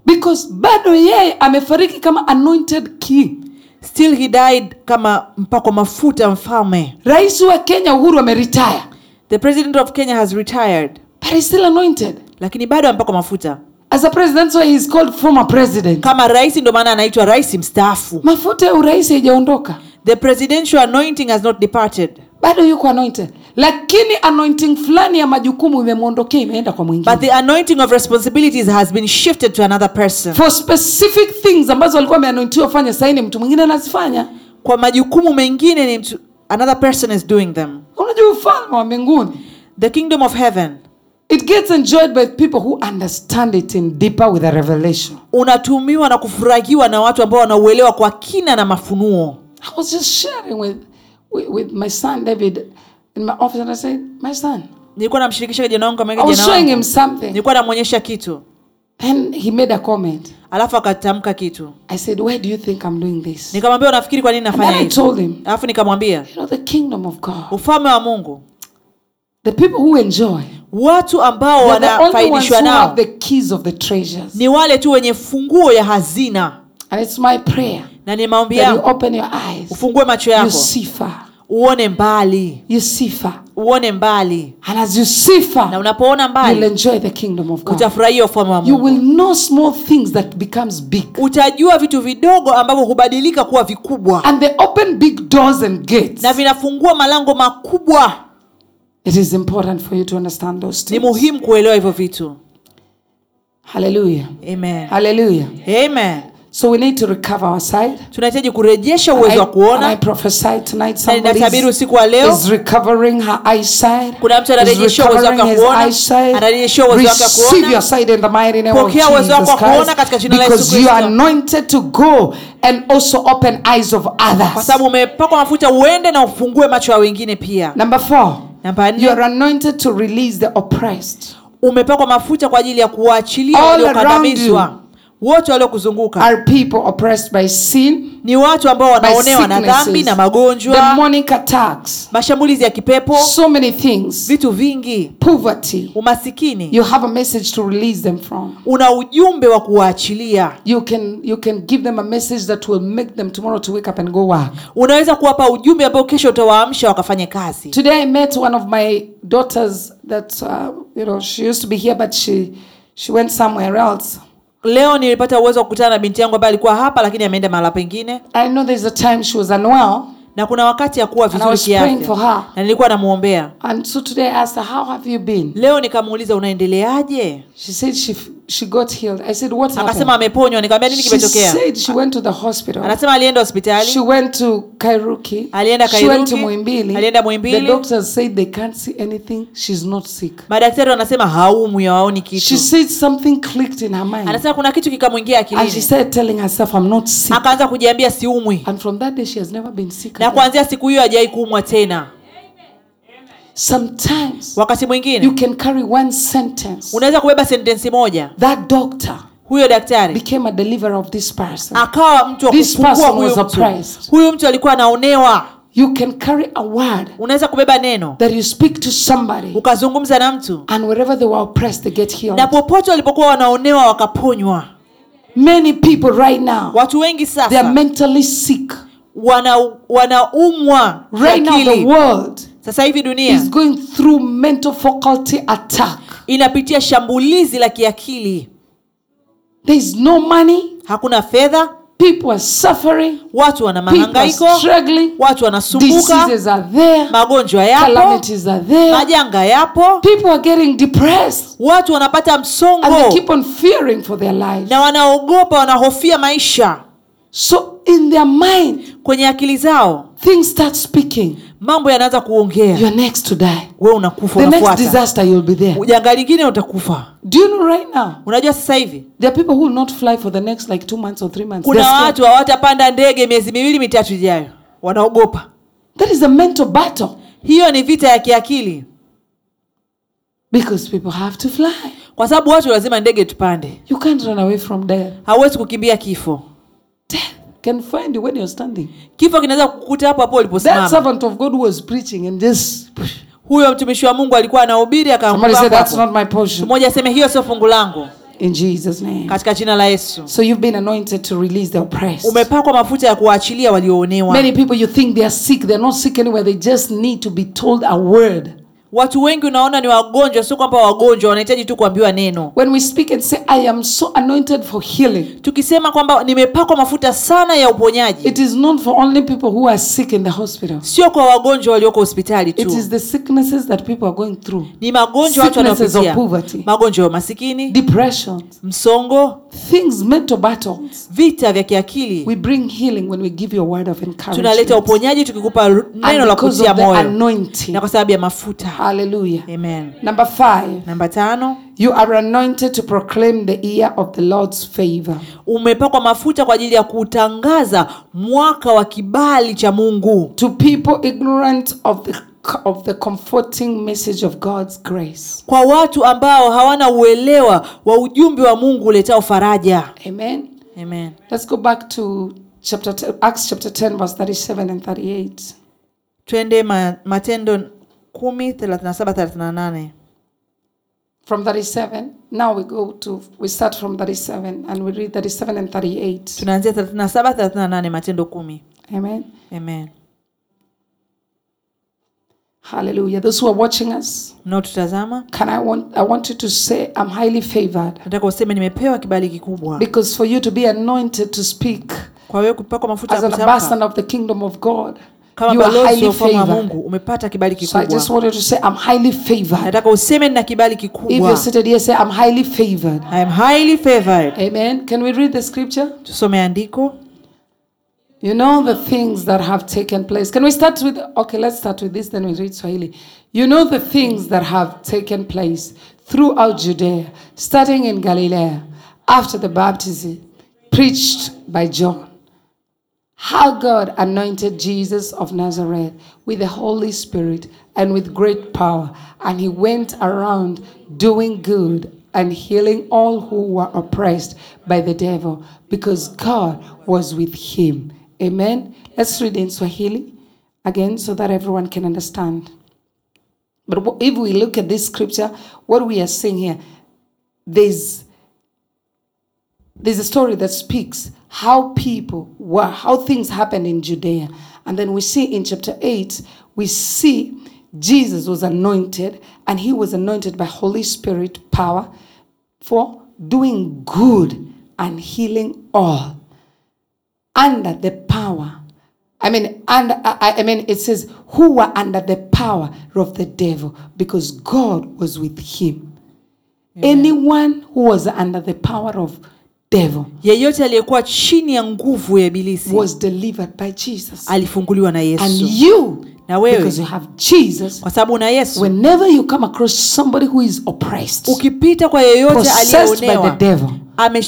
A: Because bado yeye amefariki kama anointed king.
B: still he died kama mpako mafuta mfalme
A: Rais wa Kenya Uhuru ameretire,
B: the president of kenya has retired
A: but he's still anointed.
B: lakini bado ampako mafuta
A: As a president, so he's called former president.
B: kama rais ndio maana anaitwa rais mstaafu
A: Mafuta ya urais haijaondoka.
B: the presidential anointing has not departed
A: Bado yuko anointed. Lakini anointing fulani ya majukumu imemwondokea imeenda kwa mwingine.
B: but the anointing of responsibilities has been shifted to another person
A: for specific things ambazo alikuwa ameanointiwa fanya saini mtu mwingine anazifanya
B: kwa majukumu mengine ni mtu another person is doing them
A: unajua ufalme wa mbinguni
B: the kingdom of heaven
A: it gets enjoyed by people who understand it in deeper with a revelation
B: unatumiwa na kufurahiwa na watu ambao wanauelewa kwa kina na mafunuo
A: i was just sharing with, with, with my son david in my office and i said my son
B: nilikuwa namshirikisha kijana wangu kama
A: i was
B: kijana
A: showing
B: wangu
A: him something
B: nilikuwa namwonyesha kitu
A: and he made a comment
B: alafu akatamka kitu
A: i said why do you think i'm doing this
B: nikamwambia unafikiri kwa nini
A: and
B: nafanya
A: then i
B: hivi
A: told him
B: alafu nikamwambia
A: you know the kingdom of god
B: ufalme wa mungu
A: the people who enjoy
B: watu ambao
A: they're the only ones who
B: Oh, wanafaidishwa
A: have
B: nao
A: the keys of the treasures
B: ni wale tu wenye funguo ya hazina
A: and it's my prayer
B: na ni maombi
A: that you
B: yangu
A: open your eyes
B: ufungue macho
A: you
B: yako
A: see far.
B: uone mbali
A: You see far.
B: uone mbali
A: And as you see
B: na
A: far,
B: unapoona
A: you'll
B: mbali
A: enjoy the kingdom of God.
B: utafurahia ufalme wa
A: You
B: mungu
A: will know small things that becomes big.
B: utajua vitu vidogo ambavyo hubadilika kuwa vikubwa
A: And they open big doors and gates.
B: na vinafungua malango makubwa
A: It is important for you to understand those
B: ni
A: things.
B: muhimu kuelewa hivyo vitu
A: Hallelujah.
B: amen
A: Hallelujah.
B: amen
A: So we need to recover our sight.
B: tunahitaji kurejesha
A: I,
B: uwezo wa
A: and I
B: kuona
A: prophesy tonight
B: na
A: somebody
B: ninatabiri
A: is,
B: usiku wa leo
A: is recovering her eyesight.
B: kuna mtu
A: Is
B: anarejeshiwa uwezo wake
A: recovering his
B: wa kuona
A: eyesight.
B: anarejeshiwa uwezo wake wa
A: Receive your
B: kuona
A: sight in the mighty name of
B: Pokea uwezo wako
A: Jesus
B: wa kuona katika
A: Christ.
B: jina la Yesu
A: Because you are
B: Kristo.
A: anointed to go and also open eyes of
B: kwa
A: others.
B: sababu umepakwa mafuta uende na ufungue macho ya wengine pia
A: Number four,
B: namba
A: you
B: nne
A: are anointed to release the oppressed.
B: umepakwa mafuta kwa ajili ya kuwaachilia
A: All
B: waliokandamizwa wote waliokuzunguka
A: Are people oppressed by sin,
B: ni watu ambao
A: by
B: wanaonewa na dhambi
A: sicknesses,
B: na magonjwa Oh.
A: demonic attacks,
B: mashambulizi ya kipepo
A: so many things,
B: vitu vingi
A: poverty?
B: umasikini
A: You have a message to release them from.
B: una ujumbe wa kuwaachilia
A: You can you can give them a message that will make them tomorrow to wake up and go work.
B: unaweza kuwapa ujumbe ambao kesho utawaamsha wakafanye kazi
A: Today I met one of my daughters that uh, you know she used to be here but she she went somewhere else.
B: leo nilipata uwezo wa kukutana na binti yangu ambaye alikuwa hapa lakini ameenda mahala pengine
A: I know there's a time she was unwell
B: na kuna wakati ya kuwa
A: and I
B: vizuri
A: was praying for
B: kiafya
A: her.
B: na nilikuwa namwombea
A: And so today I asked her, How have you been?
B: leo nikamuuliza unaendeleaje
A: She said she f- she got healed. I said, What
B: akasema
A: happened?
B: ameponywa nikamwambia nini
A: She
B: kimetokea
A: said she went to the hospital.
B: anasema alienda hospitali
A: She went to Kairuki.
B: Alienda
A: She went to
B: Kairuki.
A: Muimbili.
B: Alienda Muimbili.
A: The doctors said they can't see anything. She's not sick.
B: madaktari wanasema haumwi hawaoni
A: She
B: kitu
A: said something clicked in her mind.
B: anasema kuna kitu kikamwingia
A: And she
B: akilini
A: started telling herself, I'm not sick.
B: akaanza kujiambia siumwi
A: And from that day, she has never been sick.
B: na
A: again.
B: kuanzia siku hiyo hajawai kuumwa tena
A: Sometimes
B: wakati
A: you
B: mwingine
A: can carry one sentence.
B: unaweza kubeba sentensi moja
A: That doctor
B: huyo daktari
A: became a deliverer of this person.
B: akawa mtu wa
A: This
B: kufungua
A: person
B: huyu
A: was
B: mtu
A: oppressed.
B: huyu mtu alikuwa anaonewa
A: You can carry a word
B: unaweza kubeba neno
A: that you speak to somebody,
B: ukazungumza na mtu
A: and wherever they were oppressed, they get healed.
B: na popote walipokuwa wanaonewa wakaponywa
A: Many people right now,
B: watu wengi
A: they are
B: sasa
A: mentally sick.
B: wana- wanaumwa
A: Right now, the
B: kiakili.
A: world
B: sasa hivi
A: is
B: dunia
A: going through mental faculty attack.
B: inapitia shambulizi la kiakili
A: There is no money.
B: hakuna fedha
A: People are suffering.
B: watu wana
A: People are
B: mahangaiko
A: struggling.
B: watu wanasumbuka
A: Diseases are there.
B: magonjwa yapo
A: Calamities are there.
B: majanga yapo
A: People are getting depressed
B: watu wanapata
A: and they
B: msongo
A: keep on fearing for their lives.
B: na wanaogopa wanahofia maisha
A: So in their mind,
B: kwenye akili zao
A: things start speaking.
B: mambo yanaanza kuongea
A: You're next to die.
B: we unakufa
A: The next
B: unafuata
A: disaster, you'll be there.
B: janga lingine utakufa
A: Do you know right now?
B: unajua sasa hivi
A: There are people who will not fly for the next like two months or three months. They're
B: kuna
A: scared.
B: watu hawatapanda ndege miezi miwili mitatu ijayo wanaogopa
A: That is a mental battle
B: hiyo ni vita ya kiakili
A: because people have to fly.
B: kwa sababu watu lazima ndege tupande
A: You can't run away from death.
B: hauwezi kukimbia kifo
A: Death can find you when you're standing.
B: kifo kinaweza kukukuta hapo hapo
A: That
B: uliposimama
A: servant of God who was preaching and just
B: huyo mtumishi wa mungu alikuwa anahubiri
A: somebody said that's
B: akaanguka
A: not my portion.
B: mmoja aseme hiyo sio fungu langu
A: In Jesus' name.
B: katika jina la yesu
A: So you've been anointed to release the oppressed.
B: umepakwa mafuta ya kuwaachilia walioonewa
A: Many people you think they are sick, they're not sick anywhere, they just need to be told a word.
B: watu wengi unaona ni wagonjwa sio kwamba wagonjwa wanahitaji tu kuambiwa neno
A: When we speak and say, I am so anointed for healing,
B: tukisema kwamba nimepakwa mafuta sana ya uponyaji
A: it is not for only people who are sick in the hospital.
B: sio kwa wagonjwa walioko hospitali
A: It
B: tu
A: is the sicknesses that people are going through
B: ni magonjwa watu
A: Sicknesses of
B: wanaopitia
A: poverty.
B: magonjwa ya masikini
A: depression,
B: msongo
A: things, mental battles.
B: vita vya kiakili
A: We bring healing when we give you a word of
B: tunaleta
A: encouragement.
B: uponyaji tukikupa ru- neno
A: And
B: la
A: because
B: kutia
A: of the
B: moyo
A: anointing.
B: na kwa sababu ya mafuta
A: Hallelujah.
B: amen
A: Number five,
B: namba tano
A: you are anointed to proclaim the year of the Lord's favor.
B: umepakwa mafuta kwa ajili ya kutangaza mwaka wa kibali cha mungu
A: to people ignorant of the of the comforting message of God's grace.
B: kwa watu ambao hawana uelewa wa ujumbe wa mungu uletao faraja
A: Amen.
B: amen
A: Let's go back to chapter 10, Acts chapter 10 verse 37 and 38.
B: twende ma, matendo 10:37-38.
A: From 37, now we go to we start from 37 and we read 37 and 38.
B: tunaanzia 37:38 matendo 10
A: Amen.
B: amen
A: Hallelujah. Those who are watching us,
B: mnaotutazama
A: can I want I want you to say I'm highly favored
B: nataka useme nimepewa kibali kikubwa
A: because for you to be anointed to speak
B: kwa wewe kupakwa mafuta
A: as
B: ya
A: an
B: kutamka
A: ambassador of the kingdom of God,
B: kama
A: You are
B: balozi
A: highly
B: wa ufalme wa
A: favored.
B: Mungu umepata kibali
A: So I just
B: kikubwa.
A: wanted to say, I'm highly favored.
B: Nataka useme na kibali
A: If you're
B: kikubwa.
A: seated here, say, I'm highly favored.
B: I am highly favored.
A: Amen. Can we read the scripture?
B: Tusome andiko.
A: You know the things that have taken place. Can we start with, okay, let's start with this, then we read Swahili. You know the things that have taken place throughout Judea, starting in Galilee, after the baptism preached by John. How God anointed Jesus of Nazareth with the Holy Spirit and with great power, and he went around doing good and healing all who were oppressed by the devil, because God was with him. Amen. Let's read in Swahili again so that everyone can understand. But wh- if we look at this scripture, what we are seeing here, there's there's a story that speaks how people were, how things happened in Judea. And then we see in chapter 8, we see Jesus was anointed and he was anointed by Holy Spirit power for doing good and healing all under the power. I mean, and I, I mean, it says, who were under the power of the devil because God was with him. Anyone who was under the power of devil
B: Yeyote aliyekuwa chini ya nguvu ya ibilisi
A: was delivered by Jesus.
B: alifunguliwa na
A: And
B: Yesu.
A: you,
B: Na
A: because you
B: wewe
A: have Jesus,
B: kwa sababu una Yesu,
A: whenever you come across somebody who is oppressed,
B: ukipita kwa yeyote
A: possessed by the
B: aliyeonewa,
A: devil,
B: ame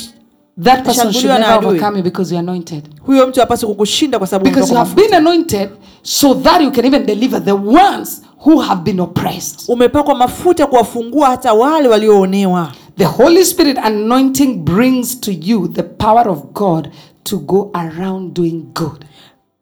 A: that person should
B: Shambuliwa na
A: never
B: adui.
A: overcome you because you're anointed.
B: huyo mtu hapaswi kukushinda kwa sababu
A: Because you
B: umetoka
A: have
B: mafu-
A: been anointed so that you can even deliver the ones who have been oppressed.
B: umepakwa mafuta kuwafungua hata wale walioonewa.
A: The Holy Spirit anointing brings to you the power of God to go around doing good.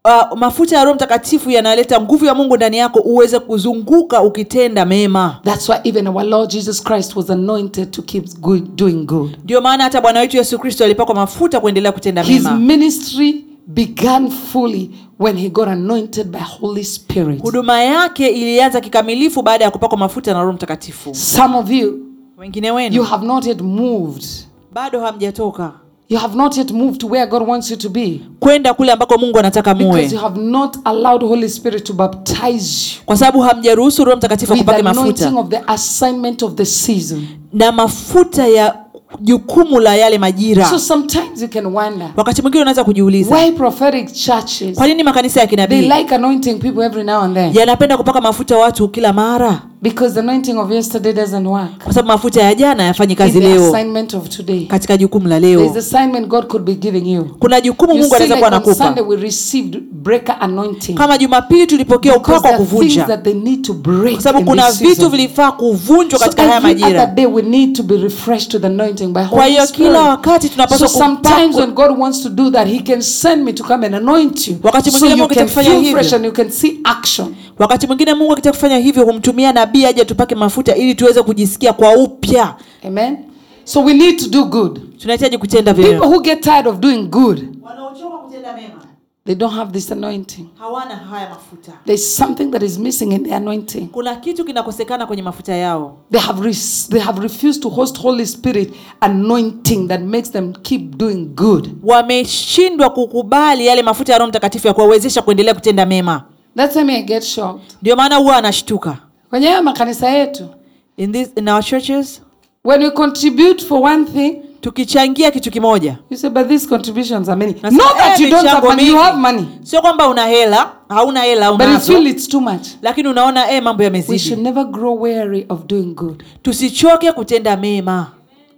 B: Uh, mafuta ya Roho Mtakatifu yanaleta nguvu ya Mungu ndani yako uweze kuzunguka ukitenda mema.
A: That's why even our Lord Jesus Christ was anointed to keep good, doing good.
B: Ndio maana hata Bwana wetu Yesu Kristo alipakwa mafuta kuendelea kutenda
A: His
B: mema.
A: ministry began fully when he got anointed by Holy Spirit.
B: Huduma yake ilianza kikamilifu baada ya kupakwa mafuta na Roho Mtakatifu.
A: Some of you,
B: Wengine
A: you
B: wenu
A: have not yet moved.
B: bado hamjatoka
A: You have not yet moved to where God wants you to be
B: kwenda kule ambako Mungu anataka
A: because you
B: muwe,
A: have not allowed Holy Spirit to baptize you
B: kwa sababu hamjaruhusu Roho Mtakatifu
A: with the
B: akupake mafuta
A: anointing of the assignment of the season.
B: na mafuta ya jukumu la yale majira.
A: So sometimes you can wonder
B: Wakati mwingine unaweza kujiuliza
A: why prophetic churches
B: kwa nini makanisa ya
A: they
B: kinabii
A: like anointing people every now and then
B: yanapenda kupaka mafuta watu kila mara,
A: because the anointing of yesterday doesn't work
B: kwa sababu mafuta ya jana yafanyi
A: in
B: kazi
A: the
B: leo
A: assignment of today.
B: katika jukumu la
A: There's
B: leo.
A: assignment God could be giving you.
B: Kuna jukumu
A: You
B: Mungu
A: see,
B: anaweza
A: like
B: kuwa
A: on Sunday
B: anakupa.
A: we received breaker anointing
B: Kama Jumapili tulipokea
A: because
B: upako
A: there
B: wa
A: are things
B: kuvunja,
A: that they need to break
B: kwa sababu
A: in
B: kuna
A: this
B: vitu
A: season.
B: vilifaa kuvunjwa
A: So
B: katika haya
A: every
B: majira.
A: other day we need to be refreshed to the anointing by
B: Kwa
A: Holy
B: hiyo kila
A: Spirit.
B: wakati
A: So
B: tunapaswa
A: sometimes
B: kupakwa.
A: when God wants to do that, He can send me to come and anoint you,
B: Wakati
A: so
B: mwingine
A: you
B: Mungu
A: can
B: atakufanya
A: feel
B: hivyo.
A: fresh and you can see action.
B: Wakati mwingine Mungu akitaka kufanya hivyo humtumia nabii aje tupake mafuta ili tuweze kujisikia kwa upya.
A: Amen. So we need to do good.
B: Tunahitaji kutenda
A: People
B: vyema.
A: who get tired of doing good,
B: Wanaochoka kutenda mema
A: they don't have this anointing.
B: hawana haya mafuta.
A: There's something that is missing in the anointing.
B: Kuna kitu kinakosekana kwenye mafuta yao.
A: They have, res- they have refused to host Holy Spirit anointing that makes them keep doing good.
B: wameshindwa kukubali yale mafuta ya roho mtakatifu ya kuwawezesha kuendelea kutenda mema
A: That's why me I get shocked.
B: ndio maana huwa anashtuka
A: Kwenye haya makanisa yetu,
B: in this, in our churches
A: when we contribute for one thing,
B: tukichangia kitu kimoja
A: you say, but these contributions are many. Not
B: Nasema,
A: that
B: "Eh,
A: you don't have
B: michango
A: money, you
B: mingi."
A: have money.
B: sio kwamba una hela hauna hela
A: But you feel
B: unazo
A: it's too much.
B: lakini unaona eh, mambo
A: We should
B: yamezidi
A: never grow weary of doing good.
B: tusichoke kutenda mema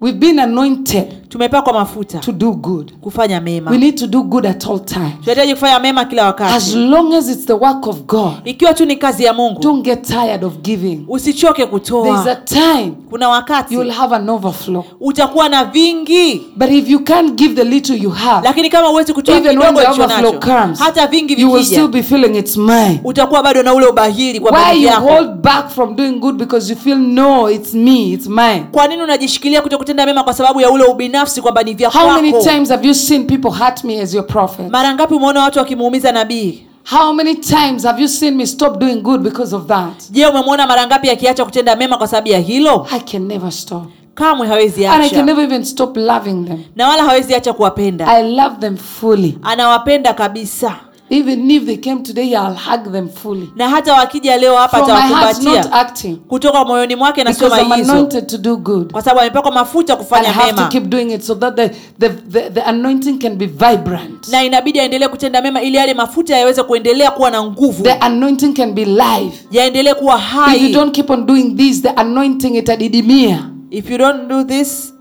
A: We've been anointed
B: tumepakwa mafuta
A: to do good.
B: kufanya
A: We
B: mema
A: need to do good at all times.
B: tunahitaji kufanya mema kila
A: As
B: wakati
A: long as it's the work of God,
B: ikiwa tu ni kazi ya mungu
A: don't get tired of giving.
B: usichoke
A: There's
B: kutoa
A: a time
B: kuna
A: you will
B: wakati
A: have an overflow.
B: utakuwa na vingi
A: But if you can't give the little you have,
B: lakini kama huwezi kutoa
A: Ah. even when
B: kidogo
A: the
B: ulicho
A: overflow
B: nacho
A: comes,
B: hata vingi
A: you will still be
B: vikija
A: feeling it's mine.
B: utakuwa bado na ule ubahili kwa
A: Why
B: mali
A: you
B: yako
A: hold back from doing good because you feel no, it's me, it's mine.
B: kwa nini unajishikilia kuto kutenda mema kwa sababu ya ule ubinafsi kwamba ni vya
A: How many
B: kwako
A: times have you seen people hurt me as your prophet?
B: mara ngapi umeona watu wakimuumiza nabii
A: How many times have you seen me stop doing good because of that?
B: je umemwona mara ngapi akiacha kutenda mema kwa sababu ya hilo
A: I can never stop.
B: kamwe hawezi
A: And I can
B: acha
A: never even stop loving them.
B: na wala hawezi acha kuwapenda
A: I love them fully.
B: anawapenda kabisa
A: Even if they came today, I'll hug them fully.
B: na hata wakija leo hapa
A: From my heart, not
B: atawakumbatia
A: acting.
B: kutoka moyoni mwake
A: Because
B: nasema
A: I'm
B: hizo
A: anointed to do good.
B: kwa sababu amepakwa mafuta
A: And I
B: kufanya
A: have to
B: mema
A: keep doing it so that the, the, the, the anointing can be vibrant.
B: na inabidi aendelee kutenda mema ili yale mafuta yaweze kuendelea kuwa na nguvu
A: The anointing can be live.
B: yaendelee kuwa
A: If you
B: hai
A: don't keep on doing this, the anointing itadidimia.
B: if you don't do this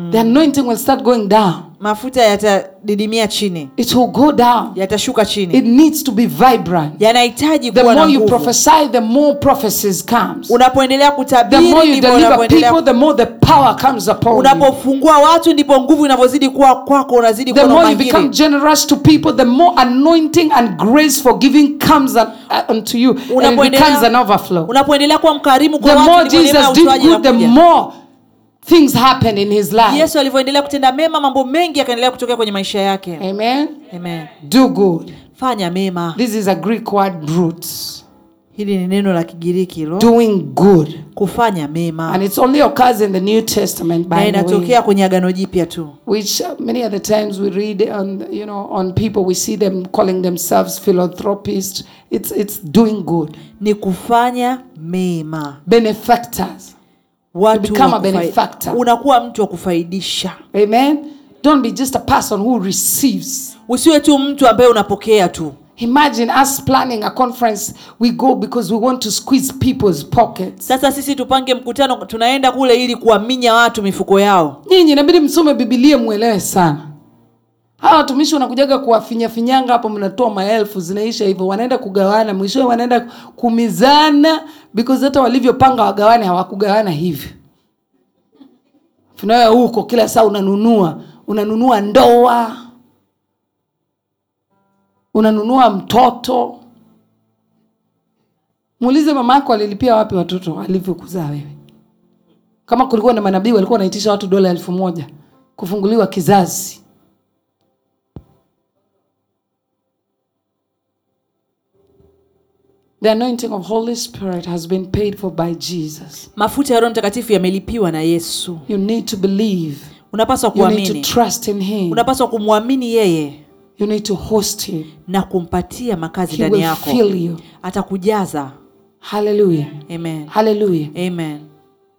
B: Mm.
A: The anointing will start going down.
B: mafuta yatadidimia chini
A: It will go down.
B: yatashuka
A: It
B: chini
A: needs to be vibrant.
B: yanahitaji
A: The
B: kuwa na
A: more you
B: nguvu
A: prophesy, the more prophecies comes.
B: unapoendelea
A: The
B: kutabiri
A: more you
B: ndipo
A: deliver
B: unapoendelea
A: people, the more the power comes upon you.
B: unapofungua watu ndipo nguvu inavyozidi kuwa kwako unazidi kuwa
A: The
B: na
A: more you
B: umahiri.
A: become generous to people, the more anointing and grace for giving comes un- uh, unto you, and it becomes an overflow.
B: unapoendelea kuwa mkarimu kwa
A: The
B: watu
A: more
B: ndipo neema ya
A: Jesus did
B: utoaji
A: good, the
B: inakuja.
A: more things happen in his life.
B: yesu alivyoendelea kutenda mema mambo mengi yakaendelea kutokea kwenye maisha yake
A: Amen.
B: Amen.
A: Do good.
B: fanya mema
A: This is a Greek word root.
B: hili ni neno la kigiriki hilo
A: Doing good.
B: kufanya mema
A: And it's only occurs in the New Testament by
B: na
A: the way.
B: inatokea kwenye agano jipya tu
A: which uh, many of the times we read on you know on people we see them calling themselves philanthropists it's it's doing good
B: ni kufanya mema
A: benefactors
B: watu
A: become
B: wa
A: a
B: kufai-
A: benefactor.
B: unakuwa mtu wa kufaidisha
A: amen don't be just a person who receives
B: usiwe tu mtu ambaye unapokea tu
A: imagine us planning a conference we go because we want to squeeze people's pockets
B: sasa sisi tupange mkutano tunaenda kule ili kuwaminya watu mifuko yao
A: nyinyi inabidi msome bibilia mwelewe sana hawa watumishi wanakujaga kuwafinyafinyanga hapo mnatoa maelfu zinaisha hivyo wanaenda kugawana mwishowe wanaenda kumizana because hata walivyopanga wagawane hawakugawana hivyo tunayo huko kila saa unanunua unanunua ndoa unanunua mtoto muulize mama yako alilipia wapi watoto alivyokuzaa wewe kama kulikuwa na manabii walikuwa wanaitisha watu dola elfu moja kufunguliwa kizazi the anointing of holy spirit has been paid for by jesus
B: mafuta ya roho mtakatifu yamelipiwa na yesu
A: you need to believe
B: unapaswa
A: you need to
B: kuamini
A: trust in him
B: unapaswa kumwamini yeye
A: you need to host him
B: na kumpatia makazi
A: he
B: ndani
A: will
B: yako
A: fill you
B: atakujaza
A: hallelujah
B: amen
A: hallelujah
B: amen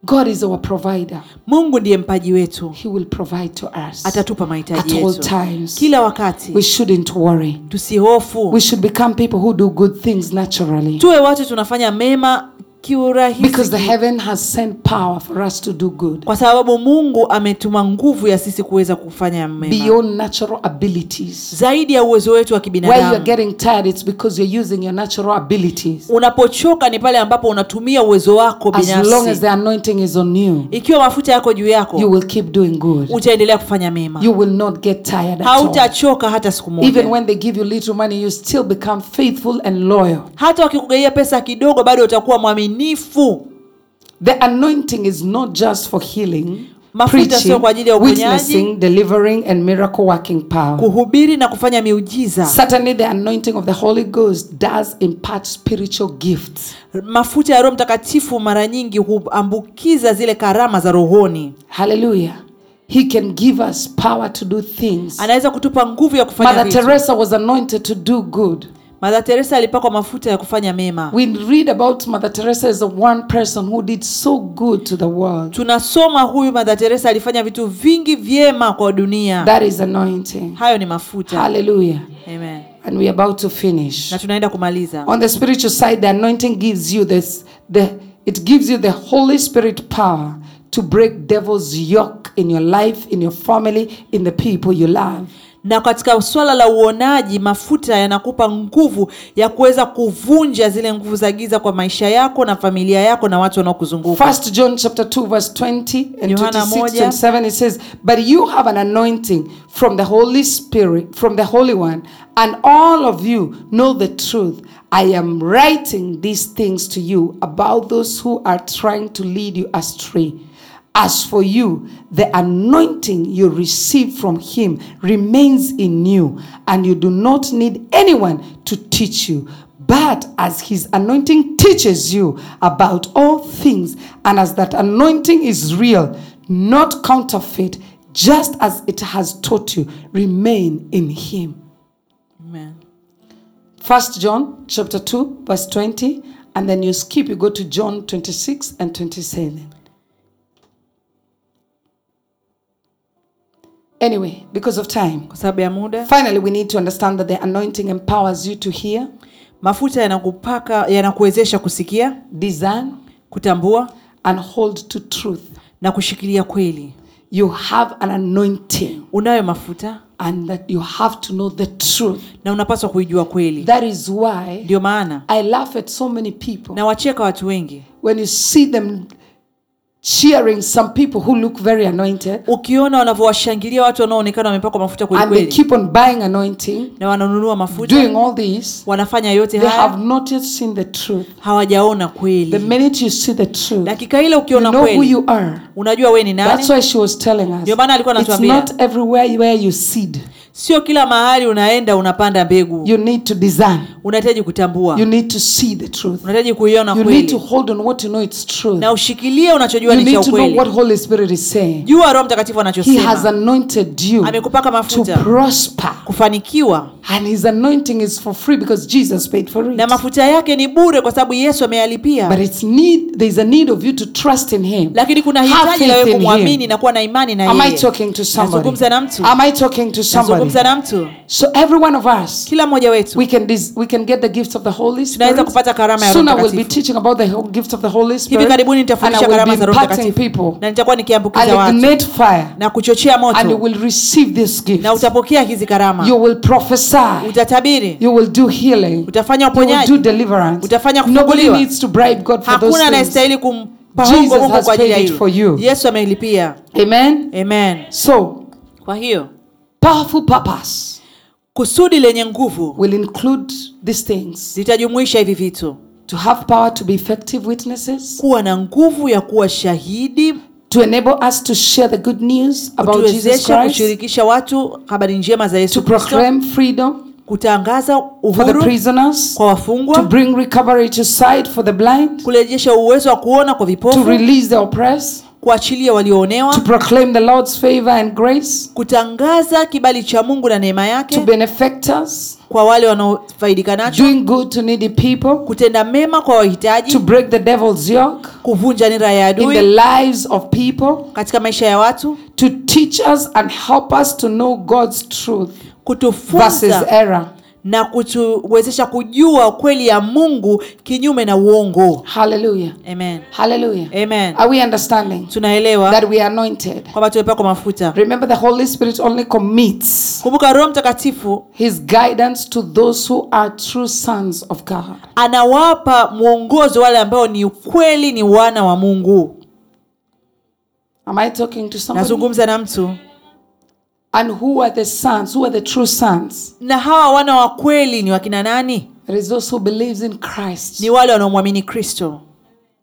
A: god is our provider
B: mungu ndiye mpaji wetu
A: he will provide to us
B: atatupa mahitaji
A: At all
B: yetu
A: times.
B: kila
A: we
B: wakati
A: shouldn't worry we
B: tusihofu
A: should become people who do good things naturally
B: tuwe watu tunafanya mema kiurahisi
A: Because the heaven has sent power for us to do good
B: kwa sababu mungu ametuma nguvu ya sisi kuweza kufanya mema
A: beyond natural abilities.
B: zaidi ya uwezo wetu wa
A: Where you're
B: kibinadamu
A: getting tired, it's because you're using your natural abilities.
B: unapochoka ni pale ambapo unatumia uwezo wako
A: As long as
B: binafsi
A: the anointing is on you,
B: ikiwa mafuta yako juu
A: you
B: yako
A: will keep doing good.
B: utaendelea kufanya mema
A: You will not get tired at all.
B: hautachoka hata siku moja
A: Even when they give you little money, you still become faithful and loyal.
B: hata wakikugaia pesa kidogo bado utakuwa mwaminifu
A: The anointing is not just for healing,
B: Mafuta sio
A: preaching,
B: kwa ajili ya uponyaji.
A: witnessing, delivering, and miracle working power.
B: kuhubiri na kufanya miujiza
A: Certainly, the anointing of the Holy Ghost does impart spiritual gifts.
B: mafuta ya roho mtakatifu mara nyingi huambukiza zile karama za rohoni
A: Hallelujah. He can give us power to do things.
B: anaweza kutupa nguvu ya kufanya
A: Mother
B: vitu.
A: Teresa was anointed to do good.
B: mother teresa alipakwa mafuta ya kufanya mema
A: We read about Mother Teresa as the one person who did so good to the world.
B: tunasoma huyu mother teresa alifanya vitu vingi vyema kwa dunia
A: That is anointing.
B: hayo ni mafuta
A: Hallelujah.
B: Amen.
A: And we're about to finish.
B: na tunaenda kumaliza
A: On the spiritual side, the anointing gives you this the it gives you the Holy Spirit power to break devil's yoke in your life, in your family, in the people you love.
B: na katika swala la uonaji mafuta yanakupa nguvu ya kuweza kuvunja zile nguvu za giza kwa maisha yako na familia yako na watu wanaokuzunguka
A: First John chapter 2 verse 20 and
B: Yohana
A: 26
B: moja.
A: and 7 it says but you have an anointing from the Holy Spirit from the Holy One and all of you know the truth I am writing these things to you about those who are trying to lead you astray as for you the anointing you receive from him remains in you and you do not need anyone to teach you but as his anointing teaches you about all things, and as that anointing is real, not counterfeit, just as it has taught you, remain in him.
B: Amen.
A: First John chapter 2, verse 20, and then you skip, you go to John 26 and 27. Anyway, because of time.
B: kwa sababu ya muda
A: Finally, we need to understand that the anointing empowers you to hear,
B: mafuta yanakupaka yanakuwezesha kusikia
A: discern,
B: kutambua
A: and hold to truth.
B: na kushikilia kweli
A: You have an anointing,
B: unayo mafuta
A: and that you have to know the truth.
B: na unapaswa kuijua kweli
A: That is why
B: ndio maana
A: I laugh at so many people
B: nawacheka watu wengi
A: when you see them cheering some people who look very anointed
B: ukiona wanavyowashangilia watu wanaoonekana wamepakwa mafuta
A: and they
B: kwelikweli
A: keep on buying anointing,
B: na wananunua mafuta
A: doing all this.
B: wanafanya yote
A: They have
B: haya
A: not yet seen the truth.
B: hawajaona
A: The
B: kweli
A: minute you see the truth,
B: dakika ile
A: you
B: ukiona
A: know who
B: kweli
A: you are.
B: unajua we ni nani
A: That's why she was telling us.
B: Ndio maana alikuwa
A: It's
B: anatuambia.
A: not everywhere where you seed.
B: sio kila mahali unaenda unapanda mbegu
A: You need to discern.
B: unahitaji kutambua
A: You need to see the truth.
B: unahitaji kuiona
A: You need to
B: kweli
A: hold on what you know it's truth.
B: na ushikilie unachojua
A: You
B: ni cha
A: need to know
B: ukweli
A: what Holy Spirit is saying.
B: jua roho mtakatifu
A: He has
B: anachosema
A: anointed you
B: amekupaka
A: to
B: mafuta
A: prosper.
B: kufanikiwa
A: And his anointing is for free because Jesus paid for it.
B: na mafuta yake ni bure kwa sababu yesu
A: But
B: ameyalipia
A: it's need there's a need of you to trust in him.
B: lakini kuna
A: Have
B: hitaji la
A: faith
B: wewe
A: in
B: kumwamini
A: him.
B: na kuwa na imani na
A: Am I
B: yeye
A: talking to somebody?
B: Nazungumza na mtu.
A: Am I talking to
B: nazungumza
A: somebody?
B: na mtu
A: So every one of us
B: kila mmoja wetu
A: we can dis- we can get the gifts of the Holy Spirit.
B: tunaweza kupata karama ya
A: Soon I
B: Roho
A: will be
B: Mtakatifu.
A: teaching about the ho- gift of the Holy Spirit.
B: hivi karibuni
A: And I
B: nitafundisha
A: will
B: karama
A: be
B: za roho
A: imparting
B: mtakatifu
A: people.
B: na nitakuwa nikiambukiza
A: I'll
B: watu
A: ignite fire.
B: na kuchochea
A: And you
B: moto
A: will receive this gift.
B: na utapokea hizi
A: You
B: karama
A: will prophesy.
B: utatabiri
A: You will do healing.
B: utafanya
A: You will
B: uponyaji
A: do deliverance.
B: Utafanya
A: Nobody
B: kufunguliwa.
A: needs to bribe God for those
B: hakuna
A: things.
B: anayestahili kumpa
A: Jesus
B: hongo Mungu
A: has
B: kwa ajili ya
A: paid it
B: hilo.
A: for you.
B: Yesu amelipia
A: Amen.
B: amen.
A: So,
B: Kwa hiyo
A: powerful purpose
B: kusudi lenye nguvu
A: will include these things
B: zitajumuisha hivi vitu:
A: to have power to be effective witnesses,
B: kuwa na nguvu ya kuwa shahidi,
A: to enable us to share the good news about Jesus
B: kutuwezesha
A: Christ,
B: kushirikisha watu habari njema za
A: to
B: Yesu Kristo,
A: proclaim freedom
B: kutangaza
A: for the
B: uhuru
A: prisoners,
B: kwa
A: to
B: wafungwa,
A: bring recovery to sight for the blind,
B: kurejesha uwezo wa kuona kwa
A: to
B: vipofu,
A: release the oppressed,
B: kuachilia
A: to
B: walioonewa,
A: proclaim the Lord's favor and grace,
B: kutangaza kibali cha Mungu na neema
A: to
B: yake
A: benefactors,
B: kwa wale wanaofaidika nacho,
A: doing good to needy people,
B: kutenda mema kwa
A: to
B: wahitaji,
A: break the devil's yoke
B: kuvunja nira ya
A: in the
B: adui
A: lives of people.
B: katika maisha ya watu,
A: to teach us and help us to know God's truth versus
B: kutufunza
A: error.
B: na kutuwezesha kujua kweli ya Mungu kinyume na uongo.
A: Hallelujah.
B: Amen.
A: Hallelujah.
B: Amen.
A: Are we understanding
B: Tunaelewa
A: that we are anointed?
B: kwamba tumepakwa mafuta.
A: Remember, the Holy Spirit only commits
B: Kumbuka Roho Mtakatifu
A: His guidance to those who are true sons of God.
B: anawapa mwongozo wale ambao ni kweli ni wana wa Mungu.
A: Am I talking to somebody?
B: Nazungumza na mtu
A: And who are the sons? Who are the true sons?
B: na hawa wana wa kweli ni wakina nani?
A: It is those who believes in Christ,
B: Ni wale wanaomwamini Kristo,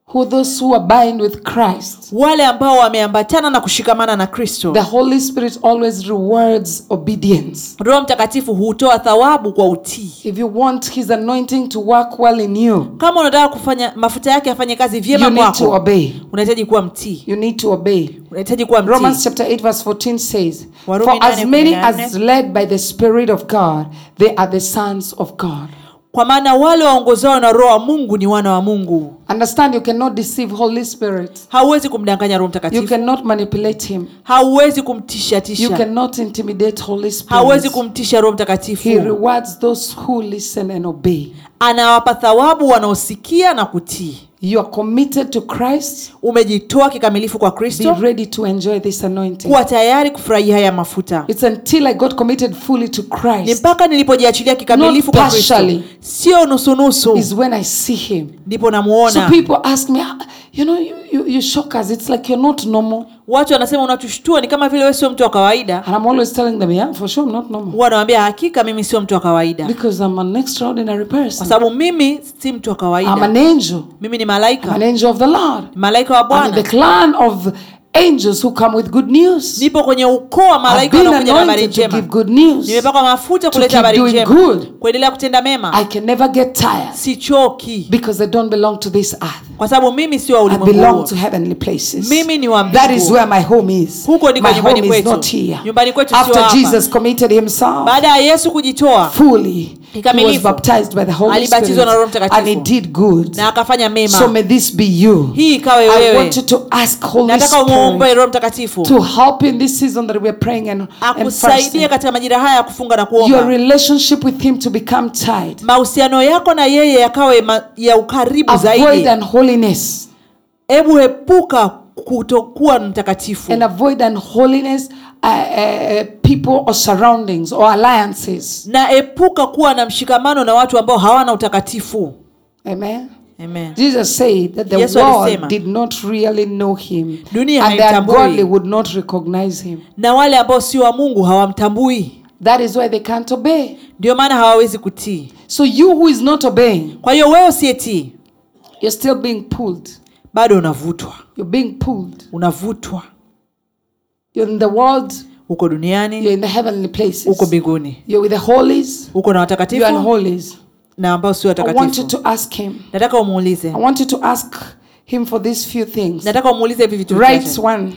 A: who those who are bind with Christ.
B: wale ambao wameambatana na kushikamana na Kristo.
A: The Holy Spirit always rewards obedience.
B: Roho Mtakatifu hutoa thawabu kwa utii.
A: If you want His anointing to work well in you,
B: Kama unataka kufanya mafuta yake afanye kazi
A: you
B: vyema
A: need to
B: kwako,
A: obey.
B: unahitaji kuwa mtii,
A: You need to obey.
B: unahitaji kuwa
A: Romans
B: mtii.
A: chapter 8, verse 14 says,
B: Warumi
A: For as
B: nane
A: many
B: kumi na nne.
A: as led by the Spirit of God, they are the sons of God.
B: Kwa maana wale waongozwao na Roho wa Mungu ni wana wa Mungu.
A: Understand, you cannot deceive Holy Spirit.
B: Hauwezi kumdanganya Roho
A: You
B: Mtakatifu,
A: cannot manipulate Him.
B: hauwezi kumtisha
A: You
B: tisha,
A: cannot intimidate Holy
B: hauwezi
A: Spirit.
B: kumtisha Roho
A: He
B: Mtakatifu.
A: rewards those who listen and obey.
B: Anawapa thawabu wanaosikia na kutii.
A: You are committed to Christ.
B: Umejitoa kikamilifu kwa
A: Be
B: Kristo,
A: ready to enjoy this anointing.
B: kuwa tayari kufurahia haya mafuta.
A: It's until I got committed fully to
B: Ni
A: Christ
B: mpaka nilipojiachilia kikamilifu
A: Not
B: kwa Kristo,
A: partially.
B: sio nusunusu,
A: is when I see Him.
B: ndipo
A: So
B: namuona.
A: people ask me, "Ah, you know, you, you, you shock us. It's like you're not normal.
B: Watu wanasema unatushtua, ni kama vile wewe sio mtu wa kawaida.
A: And I'm always telling them, yeah, for sure I'm not normal.
B: Huwa nawaambia hakika mimi sio mtu wa kawaida,
A: Because I'm an extraordinary
B: kwa
A: person.
B: sababu mimi si mtu wa
A: I'm
B: kawaida.
A: an angel.
B: Mimi ni
A: I'm
B: malaika,
A: an angel of the Lord.
B: malaika wa
A: I'm in the
B: Bwana.
A: clan of angels who come with good news.
B: Nipo kwenye ukoo wa
A: I've
B: malaika
A: been
B: wanaokuja na habari
A: anointed to give
B: njema.
A: good news.
B: Nimepakwa mafuta
A: To
B: kuleta
A: keep
B: habari
A: doing
B: njema,
A: good.
B: kuendelea kutenda mema.
A: I can never get tired
B: Sichoki
A: because I don't belong to this earth.
B: kwa sababu mimi sio wa
A: I
B: ulimwengu
A: belong
B: huu.
A: to heavenly places.
B: Mimi ni wa
A: That is
B: mbingu.
A: where my home is.
B: Huko ndiko
A: My
B: nyumbani
A: home is
B: kwetu.
A: not here.
B: Nyumbani kwetu sio
A: After
B: hapa.
A: Jesus committed himself
B: Baada ya Yesu kujitoa
A: fully He was
B: Kikamilifu.
A: baptized by the Holy
B: Alibatizwa
A: Spirit
B: na Roho Mtakatifu.
A: and he did good.
B: na akafanya mema
A: So may this be you.
B: hii ikawe
A: I
B: wewe
A: want you to ask Holy
B: nataka
A: Spirit
B: umuombe roho mtakatifu
A: to help in this season that we're praying and, and
B: akusaidie
A: fasting.
B: katika majira haya ya kufunga na
A: Your
B: kuomba
A: relationship with Him to become tight.
B: mahusiano yako na yeye yakawe ma- ya ukaribu
A: Avoid
B: zaidi
A: unholiness.
B: hebu epuka kutokuwa mtakatifu
A: And avoid unholiness, uh, uh, people or surroundings or alliances.
B: na epuka kuwa na mshikamano na watu ambao hawana utakatifu
A: Amen.
B: Amen.
A: Jesus said that the
B: Yesu
A: world
B: alisema.
A: did not really know him,
B: Dunia
A: and the
B: haitambui.
A: ungodly would not recognize him.
B: na wale ambao sio wa mungu hawamtambui
A: That is why they can't obey.
B: ndio maana hawawezi kutii
A: So you who is not obeying,
B: kwa hiyo wewe usiyetii
A: you're still being pulled.
B: bado unavutwa
A: You're being pulled.
B: unavutwa
A: You're in the world.
B: uko duniani
A: You're in the heavenly places.
B: uko mbinguni
A: You're with the holies.
B: uko na
A: You're
B: watakatifu
A: unholies.
B: na ambao sio
A: I want you
B: watakatifu
A: to ask him.
B: nataka
A: I
B: umuulize
A: want you to ask him for these few things.
B: nataka umuulize hivi vitu
A: Right
B: vichache.
A: one.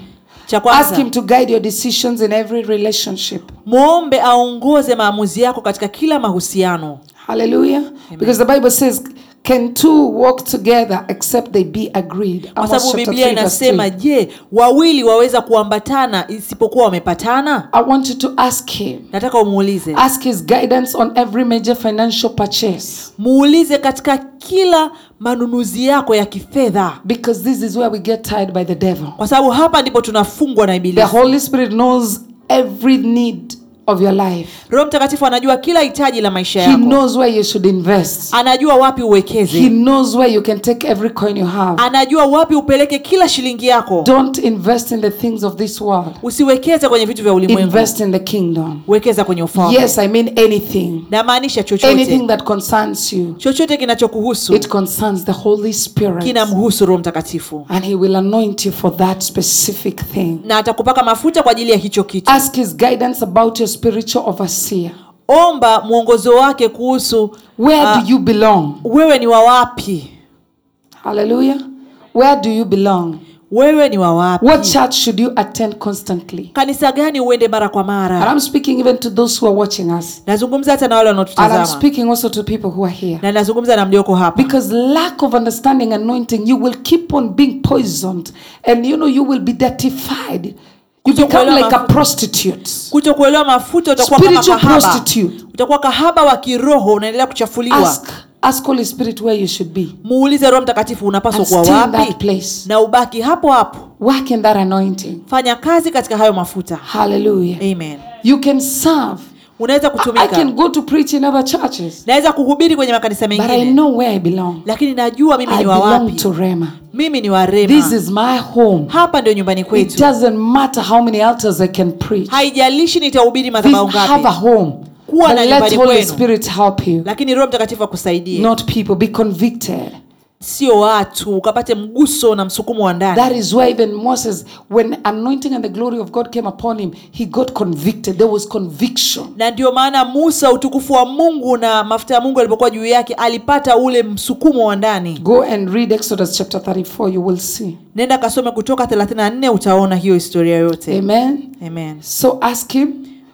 B: cha
A: Ask him
B: kwanza
A: to guide your decisions in every relationship.
B: muombe aongoze maamuzi yako katika kila mahusiano
A: Hallelujah. Because the Bible says, can two walk together except they be agreed?
B: kwa
A: Amos
B: sababu
A: chapter
B: biblia
A: 3 verse
B: inasema
A: 3.
B: je wawili waweza kuambatana isipokuwa wamepatana
A: I want you to ask him.
B: nataka umuulize
A: Ask his guidance on every major financial purchase.
B: muulize katika kila manunuzi yako ya kifedha
A: Because this is where we get tied by the devil.
B: kwa sababu hapa ndipo tunafungwa na
A: The
B: ibilisi
A: Holy Spirit knows every need of your life.
B: roho mtakatifu anajua kila hitaji la maisha
A: He
B: yako
A: knows where you should invest.
B: anajua wapi
A: He
B: uwekeze
A: knows where you can take every coin you have.
B: anajua wapi upeleke kila shilingi yako
A: Don't invest in the things of this world.
B: usiwekeze kwenye vitu vya ulimwengu
A: Invest in the kingdom.
B: wekeza kwenye ufalme
A: Yes, I mean anything.
B: namaanisha chochote
A: Anything that concerns you.
B: chochote kinachokuhusu
A: It concerns the Holy Spirit.
B: kinamhusu roho mtakatifu
A: And He will anoint you for that specific thing.
B: na atakupaka mafuta kwa ajili ya hicho kitu
A: Ask His guidance about your spiritual overseer.
B: omba mwongozo wake kuhusu
A: Where
B: Ah.
A: do you belong?
B: wewe ni wa wapi
A: Hallelujah. Where do you belong?
B: wewe ni wa wapi
A: What church should you attend constantly?
B: kanisa gani uende mara kwa
A: And
B: mara
A: I'm speaking even to those who are watching us.
B: nazungumza hata na wale
A: And I'm
B: wanaotutazama
A: speaking also to people who are here.
B: na nazungumza na mlioko hapa
A: Because lack of understanding anointing, you will keep on being poisoned. And you know, you will be dirtified. You become like a prostitute.
B: kuto kuelewa mafuta utakuwa kama
A: Spiritual
B: kahaba
A: prostitute.
B: utakuwa kahaba wa kiroho unaendelea kuchafuliwa
A: ask ask holy spirit where you should be
B: muulize roho mtakatifu unapaswa
A: and
B: kuwa
A: stay in that
B: wapi
A: place
B: na ubaki hapo hapo
A: work in that anointing
B: fanya kazi katika hayo mafuta
A: hallelujah
B: amen
A: you can serve
B: unaweza
A: I- I can
B: kutumika
A: go to preach in other churches
B: naweza kuhubiri kwenye makanisa
A: but I
B: mengine
A: know where I belong
B: lakini najua mimi
A: I
B: ni wa
A: belong
B: wapi
A: to Rema
B: mimi ni
A: this
B: warema
A: is my home
B: hapa ndio nyumbani
A: it
B: kwetu
A: doesn't matter how many altars I can preach
B: haijalishi nitahubiri
A: Please
B: madhabahu
A: have a
B: ngapi
A: home
B: Kuwa
A: but
B: na
A: let
B: nyumbani
A: Holy
B: kwenu.
A: Spirit help you
B: lakini roho mtakatifu akusaidie
A: not people be convicted
B: sio watu ukapate mguso na msukumo wa ndani
A: That is why even Moses, when anointing and the glory of God came upon him, he got convicted. There was conviction.
B: na ndio maana musa utukufu wa mungu na mafuta ya mungu alipokuwa juu yake alipata ule msukumo wa ndani
A: Go and read Exodus chapter 34, you will see.
B: nenda kasome kutoka 34 utaona hiyo historia yote
A: Amen.
B: amen
A: So ask him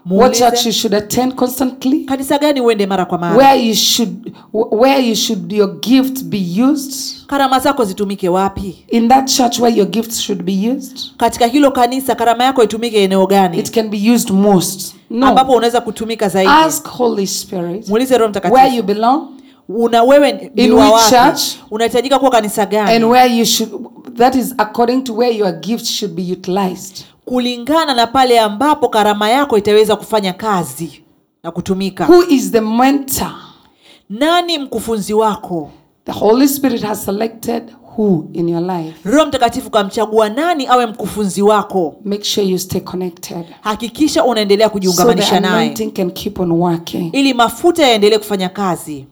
A: what
B: Muulize.
A: church you should attend constantly,
B: kanisa gani uende mara kwa mara
A: where you should wh- where you should your gift be used.
B: karama zako zitumike wapi
A: In that church where your gifts should be used.
B: katika hilo kanisa karama yako itumike eneo gani
A: It can be used most.
B: ambapo
A: No.
B: unaweza kutumika zaidi
A: Ask Holy Spirit
B: muulize roho
A: where
B: mtakatifu
A: you belong
B: una wewe ni
A: In
B: wa
A: which
B: wapi
A: church?
B: unahitajika kuwa kanisa
A: and
B: gani
A: where you should that is according to where your gifts should be utilized.
B: kulingana na pale ambapo karama yako itaweza kufanya kazi na kutumika
A: Who is the mentor?
B: nani mkufunzi wako
A: The Holy Spirit has selected who in your life.
B: roho mtakatifu kamchagua nani awe mkufunzi wako
A: Make sure you stay connected
B: hakikisha unaendelea
A: so the
B: kujiungamanisha naye
A: anointing can keep on working.
B: ili mafuta yaendelee kufanya kazi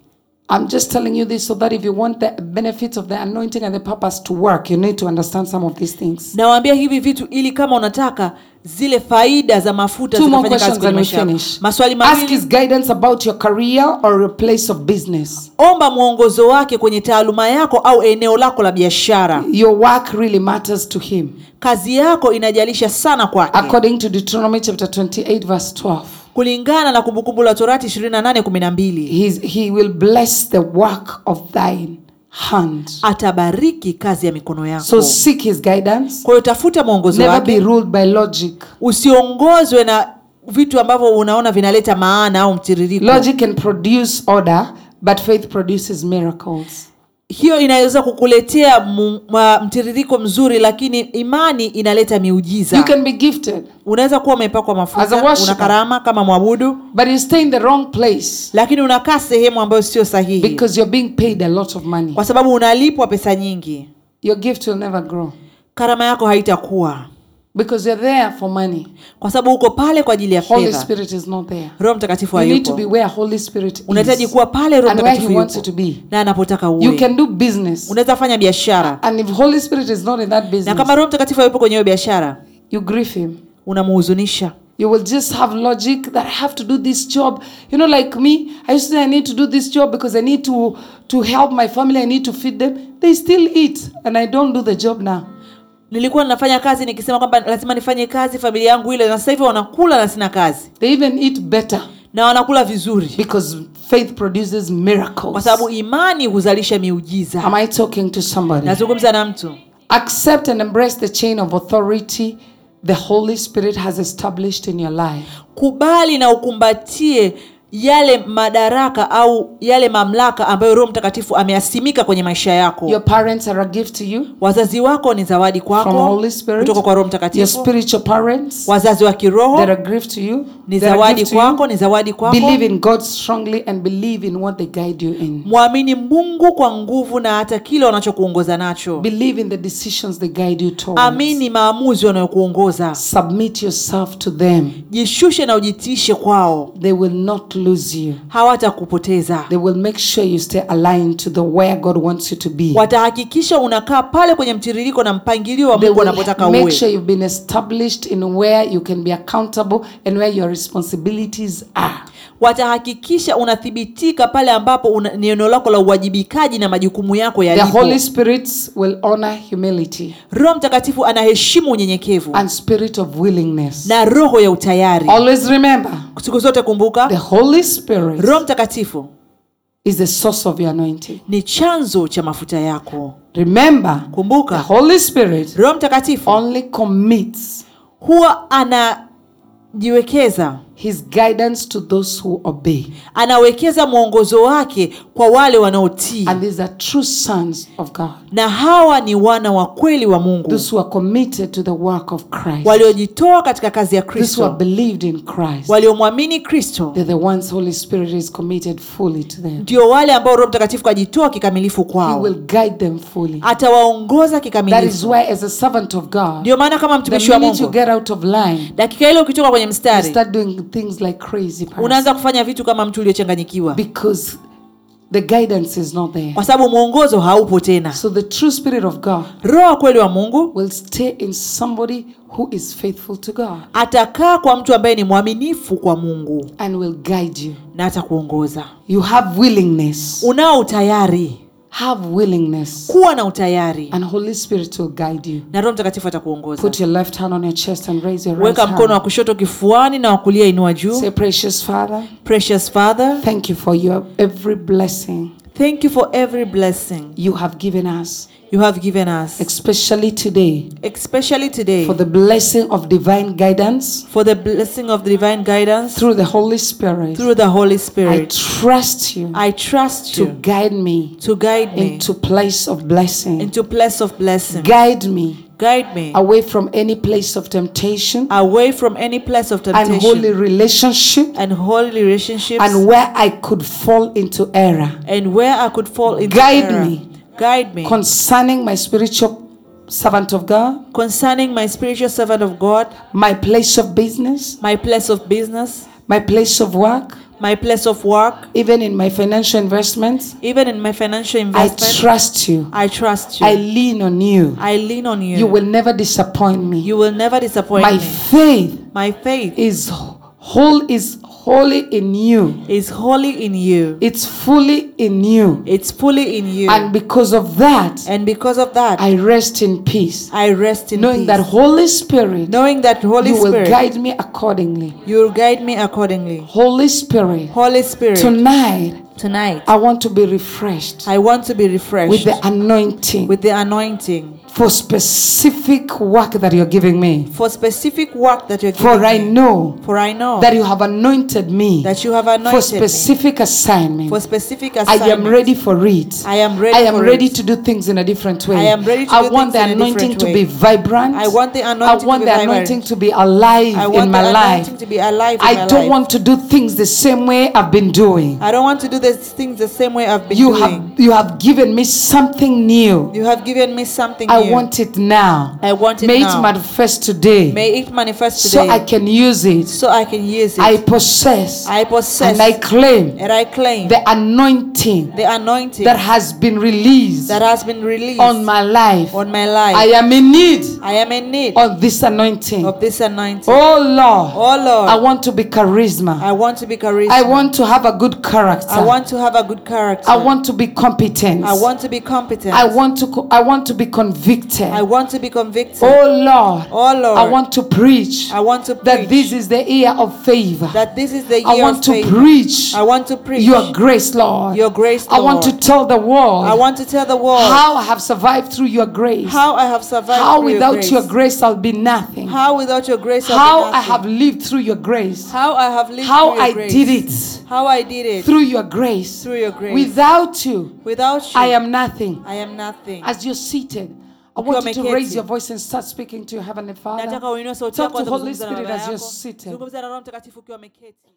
A: I'm just telling you this so that if you want the benefits of the anointing and the purpose to work, you need to understand some of these things.
B: nawaambia hivi vitu ili kama unataka zile faida za mafuta
A: Two more
B: zikafanya
A: questions
B: kazi kwenye
A: and we
B: maisha yako.
A: finish.
B: maswali
A: Ask his
B: mawili
A: guidance about your career or your place of business.
B: omba mwongozo wake kwenye taaluma yako au eneo lako la biashara
A: Your work really matters to him.
B: kazi yako inajalisha sana kwake
A: According to Deuteronomy chapter 28, verse 12.
B: kulingana na kumbukumbu la torati 28:12
A: He's, he will bless the work of thine hand.
B: atabariki kazi ya mikono yako
A: So seek his guidance.
B: kwa hiyo tafuta mwongozo
A: Never be
B: wake
A: ruled by logic.
B: usiongozwe na vitu ambavyo unaona vinaleta maana au mtiririko
A: Logic can produce order, but faith produces miracles.
B: hiyo inaweza kukuletea mu- ma- mtiririko mzuri lakini imani inaleta
A: You
B: miujiza
A: can be gifted,
B: unaweza kuwa umepakwa
A: As a
B: mafuta
A: worshiper.
B: una karama kama mwabudu
A: but you stay in the wrong place
B: lakini unakaa sehemu ambayo sio sahihi
A: because you're being paid a lot of money.
B: kwa sababu unalipwa pesa nyingi
A: Your gift will never grow
B: karama yako haitakuwa
A: because you're there for money.
B: kwa sababu uko pale kwa ajili ya
A: Holy
B: fedha
A: Spirit is not there.
B: roho mtakatifu
A: You need to
B: hayupo
A: be where Holy Spirit
B: unahitaji
A: is
B: kuwa pale roho
A: and where He
B: mtakatifu
A: wants you
B: yupo
A: to be.
B: na anapotaka
A: You
B: uwe
A: can do business,
B: unaweza fanya biashara
A: and if Holy Spirit is not in that
B: na
A: business,
B: kama roho mtakatifu hayupo kwenye hiyo biashara
A: you grieve Him.
B: unamuhuzunisha
A: You will just have logic that I have to do this job. You know, like me, I used to say I need to do this job because I need to to help my family. I need to feed them. They still eat, and I don't do the job now.
B: nilikuwa ninafanya kazi nikisema kwamba lazima nifanye kazi familia yangu ile na sasa hivi wanakula na sina kazi
A: They even eat better
B: na wanakula vizuri
A: because faith produces
B: kwa
A: miracles.
B: sababu imani huzalisha miujiza
A: Am I talking to somebody?
B: nazungumza na mtu
A: Accept and embrace the chain of authority the Holy Spirit has established in your life.
B: kubali na ukumbatie yale madaraka au yale mamlaka ambayo roho mtakatifu ameyasimika kwenye maisha
A: Your
B: yako
A: parents are a gift to you
B: wazazi wako ni zawadi
A: from
B: kwako
A: Holy Spirit.
B: kutoka kwa roho
A: Your
B: mtakatifu
A: spiritual parents,
B: wazazi wa kiroho
A: they're a gift to you.
B: ni
A: They're a
B: zawadi
A: gift to you.
B: kwako ni zawadi kwako
A: Believe in God strongly and believe in what they guide you in.
B: mwamini mungu kwa nguvu na hata kile wanachokuongoza nacho
A: Believe in the decisions they guide you towards.
B: amini maamuzi wanayokuongoza
A: Submit yourself to them.
B: jishushe na ujitishe kwao
A: They will not lose you.
B: hawatakupoteza
A: They will make sure you stay aligned to the where God wants you to be.
B: watahakikisha unakaa pale kwenye mtiririko na mpangilio wa
A: They
B: mungu
A: will
B: anapotaka
A: make sure
B: uwe
A: you've been established in where you can be accountable and where your responsibilities are.
B: watahakikisha unathibitika pale ambapo una- ni eneo lako la uwajibikaji na majukumu yako
A: The
B: yalipo
A: Holy Spirit will honor humility
B: roho mtakatifu anaheshimu unyenyekevu
A: and spirit of willingness.
B: na roho ya utayari
A: Always remember,
B: siku zote kumbuka
A: the Holy Spirit
B: roho mtakatifu
A: is the source of your anointing.
B: ni chanzo cha mafuta yako
A: Remember, the
B: kumbuka
A: Holy Spirit
B: roho mtakatifu
A: only commits
B: huwa anajiwekeza
A: his guidance to those who obey.
B: anawekeza mwongozo wake kwa wale wanaotii
A: And these are true sons of God,
B: na hawa ni wana wa kweli wa mungu
A: those who are committed to the work of Christ,
B: waliojitoa katika kazi ya
A: those who are
B: kristo
A: believed in Christ.
B: waliomwamini kristo
A: They're the ones Holy Spirit is committed fully to them.
B: ndio wale ambao roho mtakatifu kajitoa kikamilifu
A: He
B: kwao
A: will guide them fully.
B: atawaongoza
A: That is
B: kikamilifu
A: why, as a servant of God,
B: ndio maana kama
A: the
B: mtumishi wa
A: minute you
B: mungu
A: get out of line,
B: dakika ile ukitoka kwenye
A: you
B: mstari
A: start doing things like crazy person
B: unaanza kufanya vitu kama mtu uliochanganyikiwa
A: because the guidance is not there.
B: kwa sababu mwongozo haupo tena
A: So the true Spirit of God
B: roho wa kweli wa mungu
A: will stay in somebody who is faithful to God
B: atakaa kwa mtu ambaye ni mwaminifu kwa mungu
A: and will guide you.
B: na atakuongoza
A: You have willingness.
B: unao utayari
A: Have willingness.
B: kuwa na utayari
A: And Holy Spirit will guide you.
B: na roho mtakatifu atakuongoza
A: Put your left hand on your chest and raise your right
B: weka mkono
A: hand.
B: wa kushoto kifuani na wa kulia inua juu
A: Say, precious Father.
B: precious father
A: Thank you for your every blessing
B: thank you for every blessing
A: you have given us,
B: you have given us
A: especially today,
B: especially today
A: for the blessing of divine guidance
B: for the blessing of divine guidance
A: through the Holy Spirit.
B: through the holy
A: I
B: spirit
A: trust you
B: i trust
A: to
B: you
A: guide me
B: to guide me
A: into place of blessing.
B: into place of blessing
A: Guide me
B: guide me
A: away from any place of temptation
B: away from any place of
A: and holy
B: temptation
A: relationship
B: and holy relationships
A: and where I could fall into error
B: and where I could fall into
A: Guide
B: error.
A: me.
B: Guide me
A: concerning my spiritual servant of God,
B: concerning my spiritual servant of God,
A: my place of business,
B: my place of business,
A: my place of work.
B: my place of work,
A: even in my financial investments,
B: even in my financial
A: I
B: investment.
A: trust you.
B: I trust you.
A: I
B: I,
A: lean on you.
B: lean on you.
A: You will never disappoint me.
B: You will never disappoint
A: My
B: me.
A: faith
B: My faith
A: is ho- Whole is wholly in you.
B: is wholly in you.
A: It's fully in you.
B: It's fully in you.
A: And because of that,
B: and because of that, I,
A: I rest in peace,
B: rest in
A: knowing
B: peace.
A: that Holy Spirit,
B: knowing that Holy
A: you will
B: Spirit,
A: guide me accordingly.
B: you will guide me accordingly.
A: Holy Spirit,
B: Holy Spirit,
A: tonight
B: tonight,
A: I want to be refreshed
B: I want to be refreshed
A: with the anointing
B: with the anointing
A: for specific work that you're giving me.
B: for specific work that you're giving
A: For I
B: me.
A: know
B: For I know
A: that you have anointed me
B: that you have
A: for
B: anointed me
A: specific assignment.
B: for specific
A: I
B: assignment.
A: am ready for it.
B: I am ready
A: I am
B: for
A: ready
B: it.
A: to do things in a different way.
B: I am ready to
A: I
B: do
A: want the
B: things in a
A: anointing
B: different
A: to
B: way.
A: be vibrant.
B: I want the
A: I
B: anointing to
A: want
B: be
A: the
B: vibrant.
A: anointing to be alive
B: I want
A: in
B: the
A: my life.
B: anointing to be alive in
A: I
B: my
A: don't
B: life.
A: want to do things the same way I've been doing.
B: I don't want to do these things the same way I've been
A: You
B: doing.
A: have you have given me something new.
B: you have given me something
A: I
B: new.
A: want it now.
B: I want it
A: May
B: now.
A: it manifest today,
B: May it manifest
A: so
B: today
A: I can use it.
B: so I can use it.
A: I possess,
B: I possess
A: and I claim
B: and I claim
A: the anointing
B: the anointing
A: that has been released
B: that has been released
A: on my life.
B: on my life.
A: I am in need
B: I am in need
A: of this anointing.
B: of this anointing.
A: Oh Lord,
B: Oh Lord,
A: I want to be charisma.
B: I want to be charismatic.
A: I want to have a good character.
B: I want to have a good character.
A: I want to be competent.
B: I want to be competent.
A: I want to co- I want to be convicted.
B: I want to be convicted.
A: Oh Lord,
B: Oh, Lord.
A: I want to preach
B: I want to
A: that
B: preach
A: this is the year of favor.
B: that this is the year
A: I want
B: of
A: to
B: faith.
A: preach
B: I want to preach
A: your grace, Lord.
B: Your grace,
A: I want to
B: Lord.
A: tell the world
B: I want to tell the world
A: how I have survived through your grace.
B: how I have survived.
A: How
B: through
A: without
B: your grace.
A: I'll be nothing.
B: How without your grace I'll be
A: How I
B: nothing.
A: have lived through your grace.
B: How I have lived
A: How
B: through your
A: I
B: grace.
A: did it
B: How I did it
A: through your grace.
B: Through your grace.
A: Without you,
B: without you.
A: I am nothing.
B: I am nothing.
A: As you're seated, I
B: Ukiwa
A: want you to
B: umeketi.
A: raise your voice and start speaking to your heavenly Father.
B: Nataka uinue sauti
A: Talk
B: yako
A: to
B: anza
A: Holy
B: kuzungumza na
A: Spirit
B: baba
A: as you're
B: yako.
A: seated.
B: Zungumza na Roho Mtakatifu ukiwa umeketi.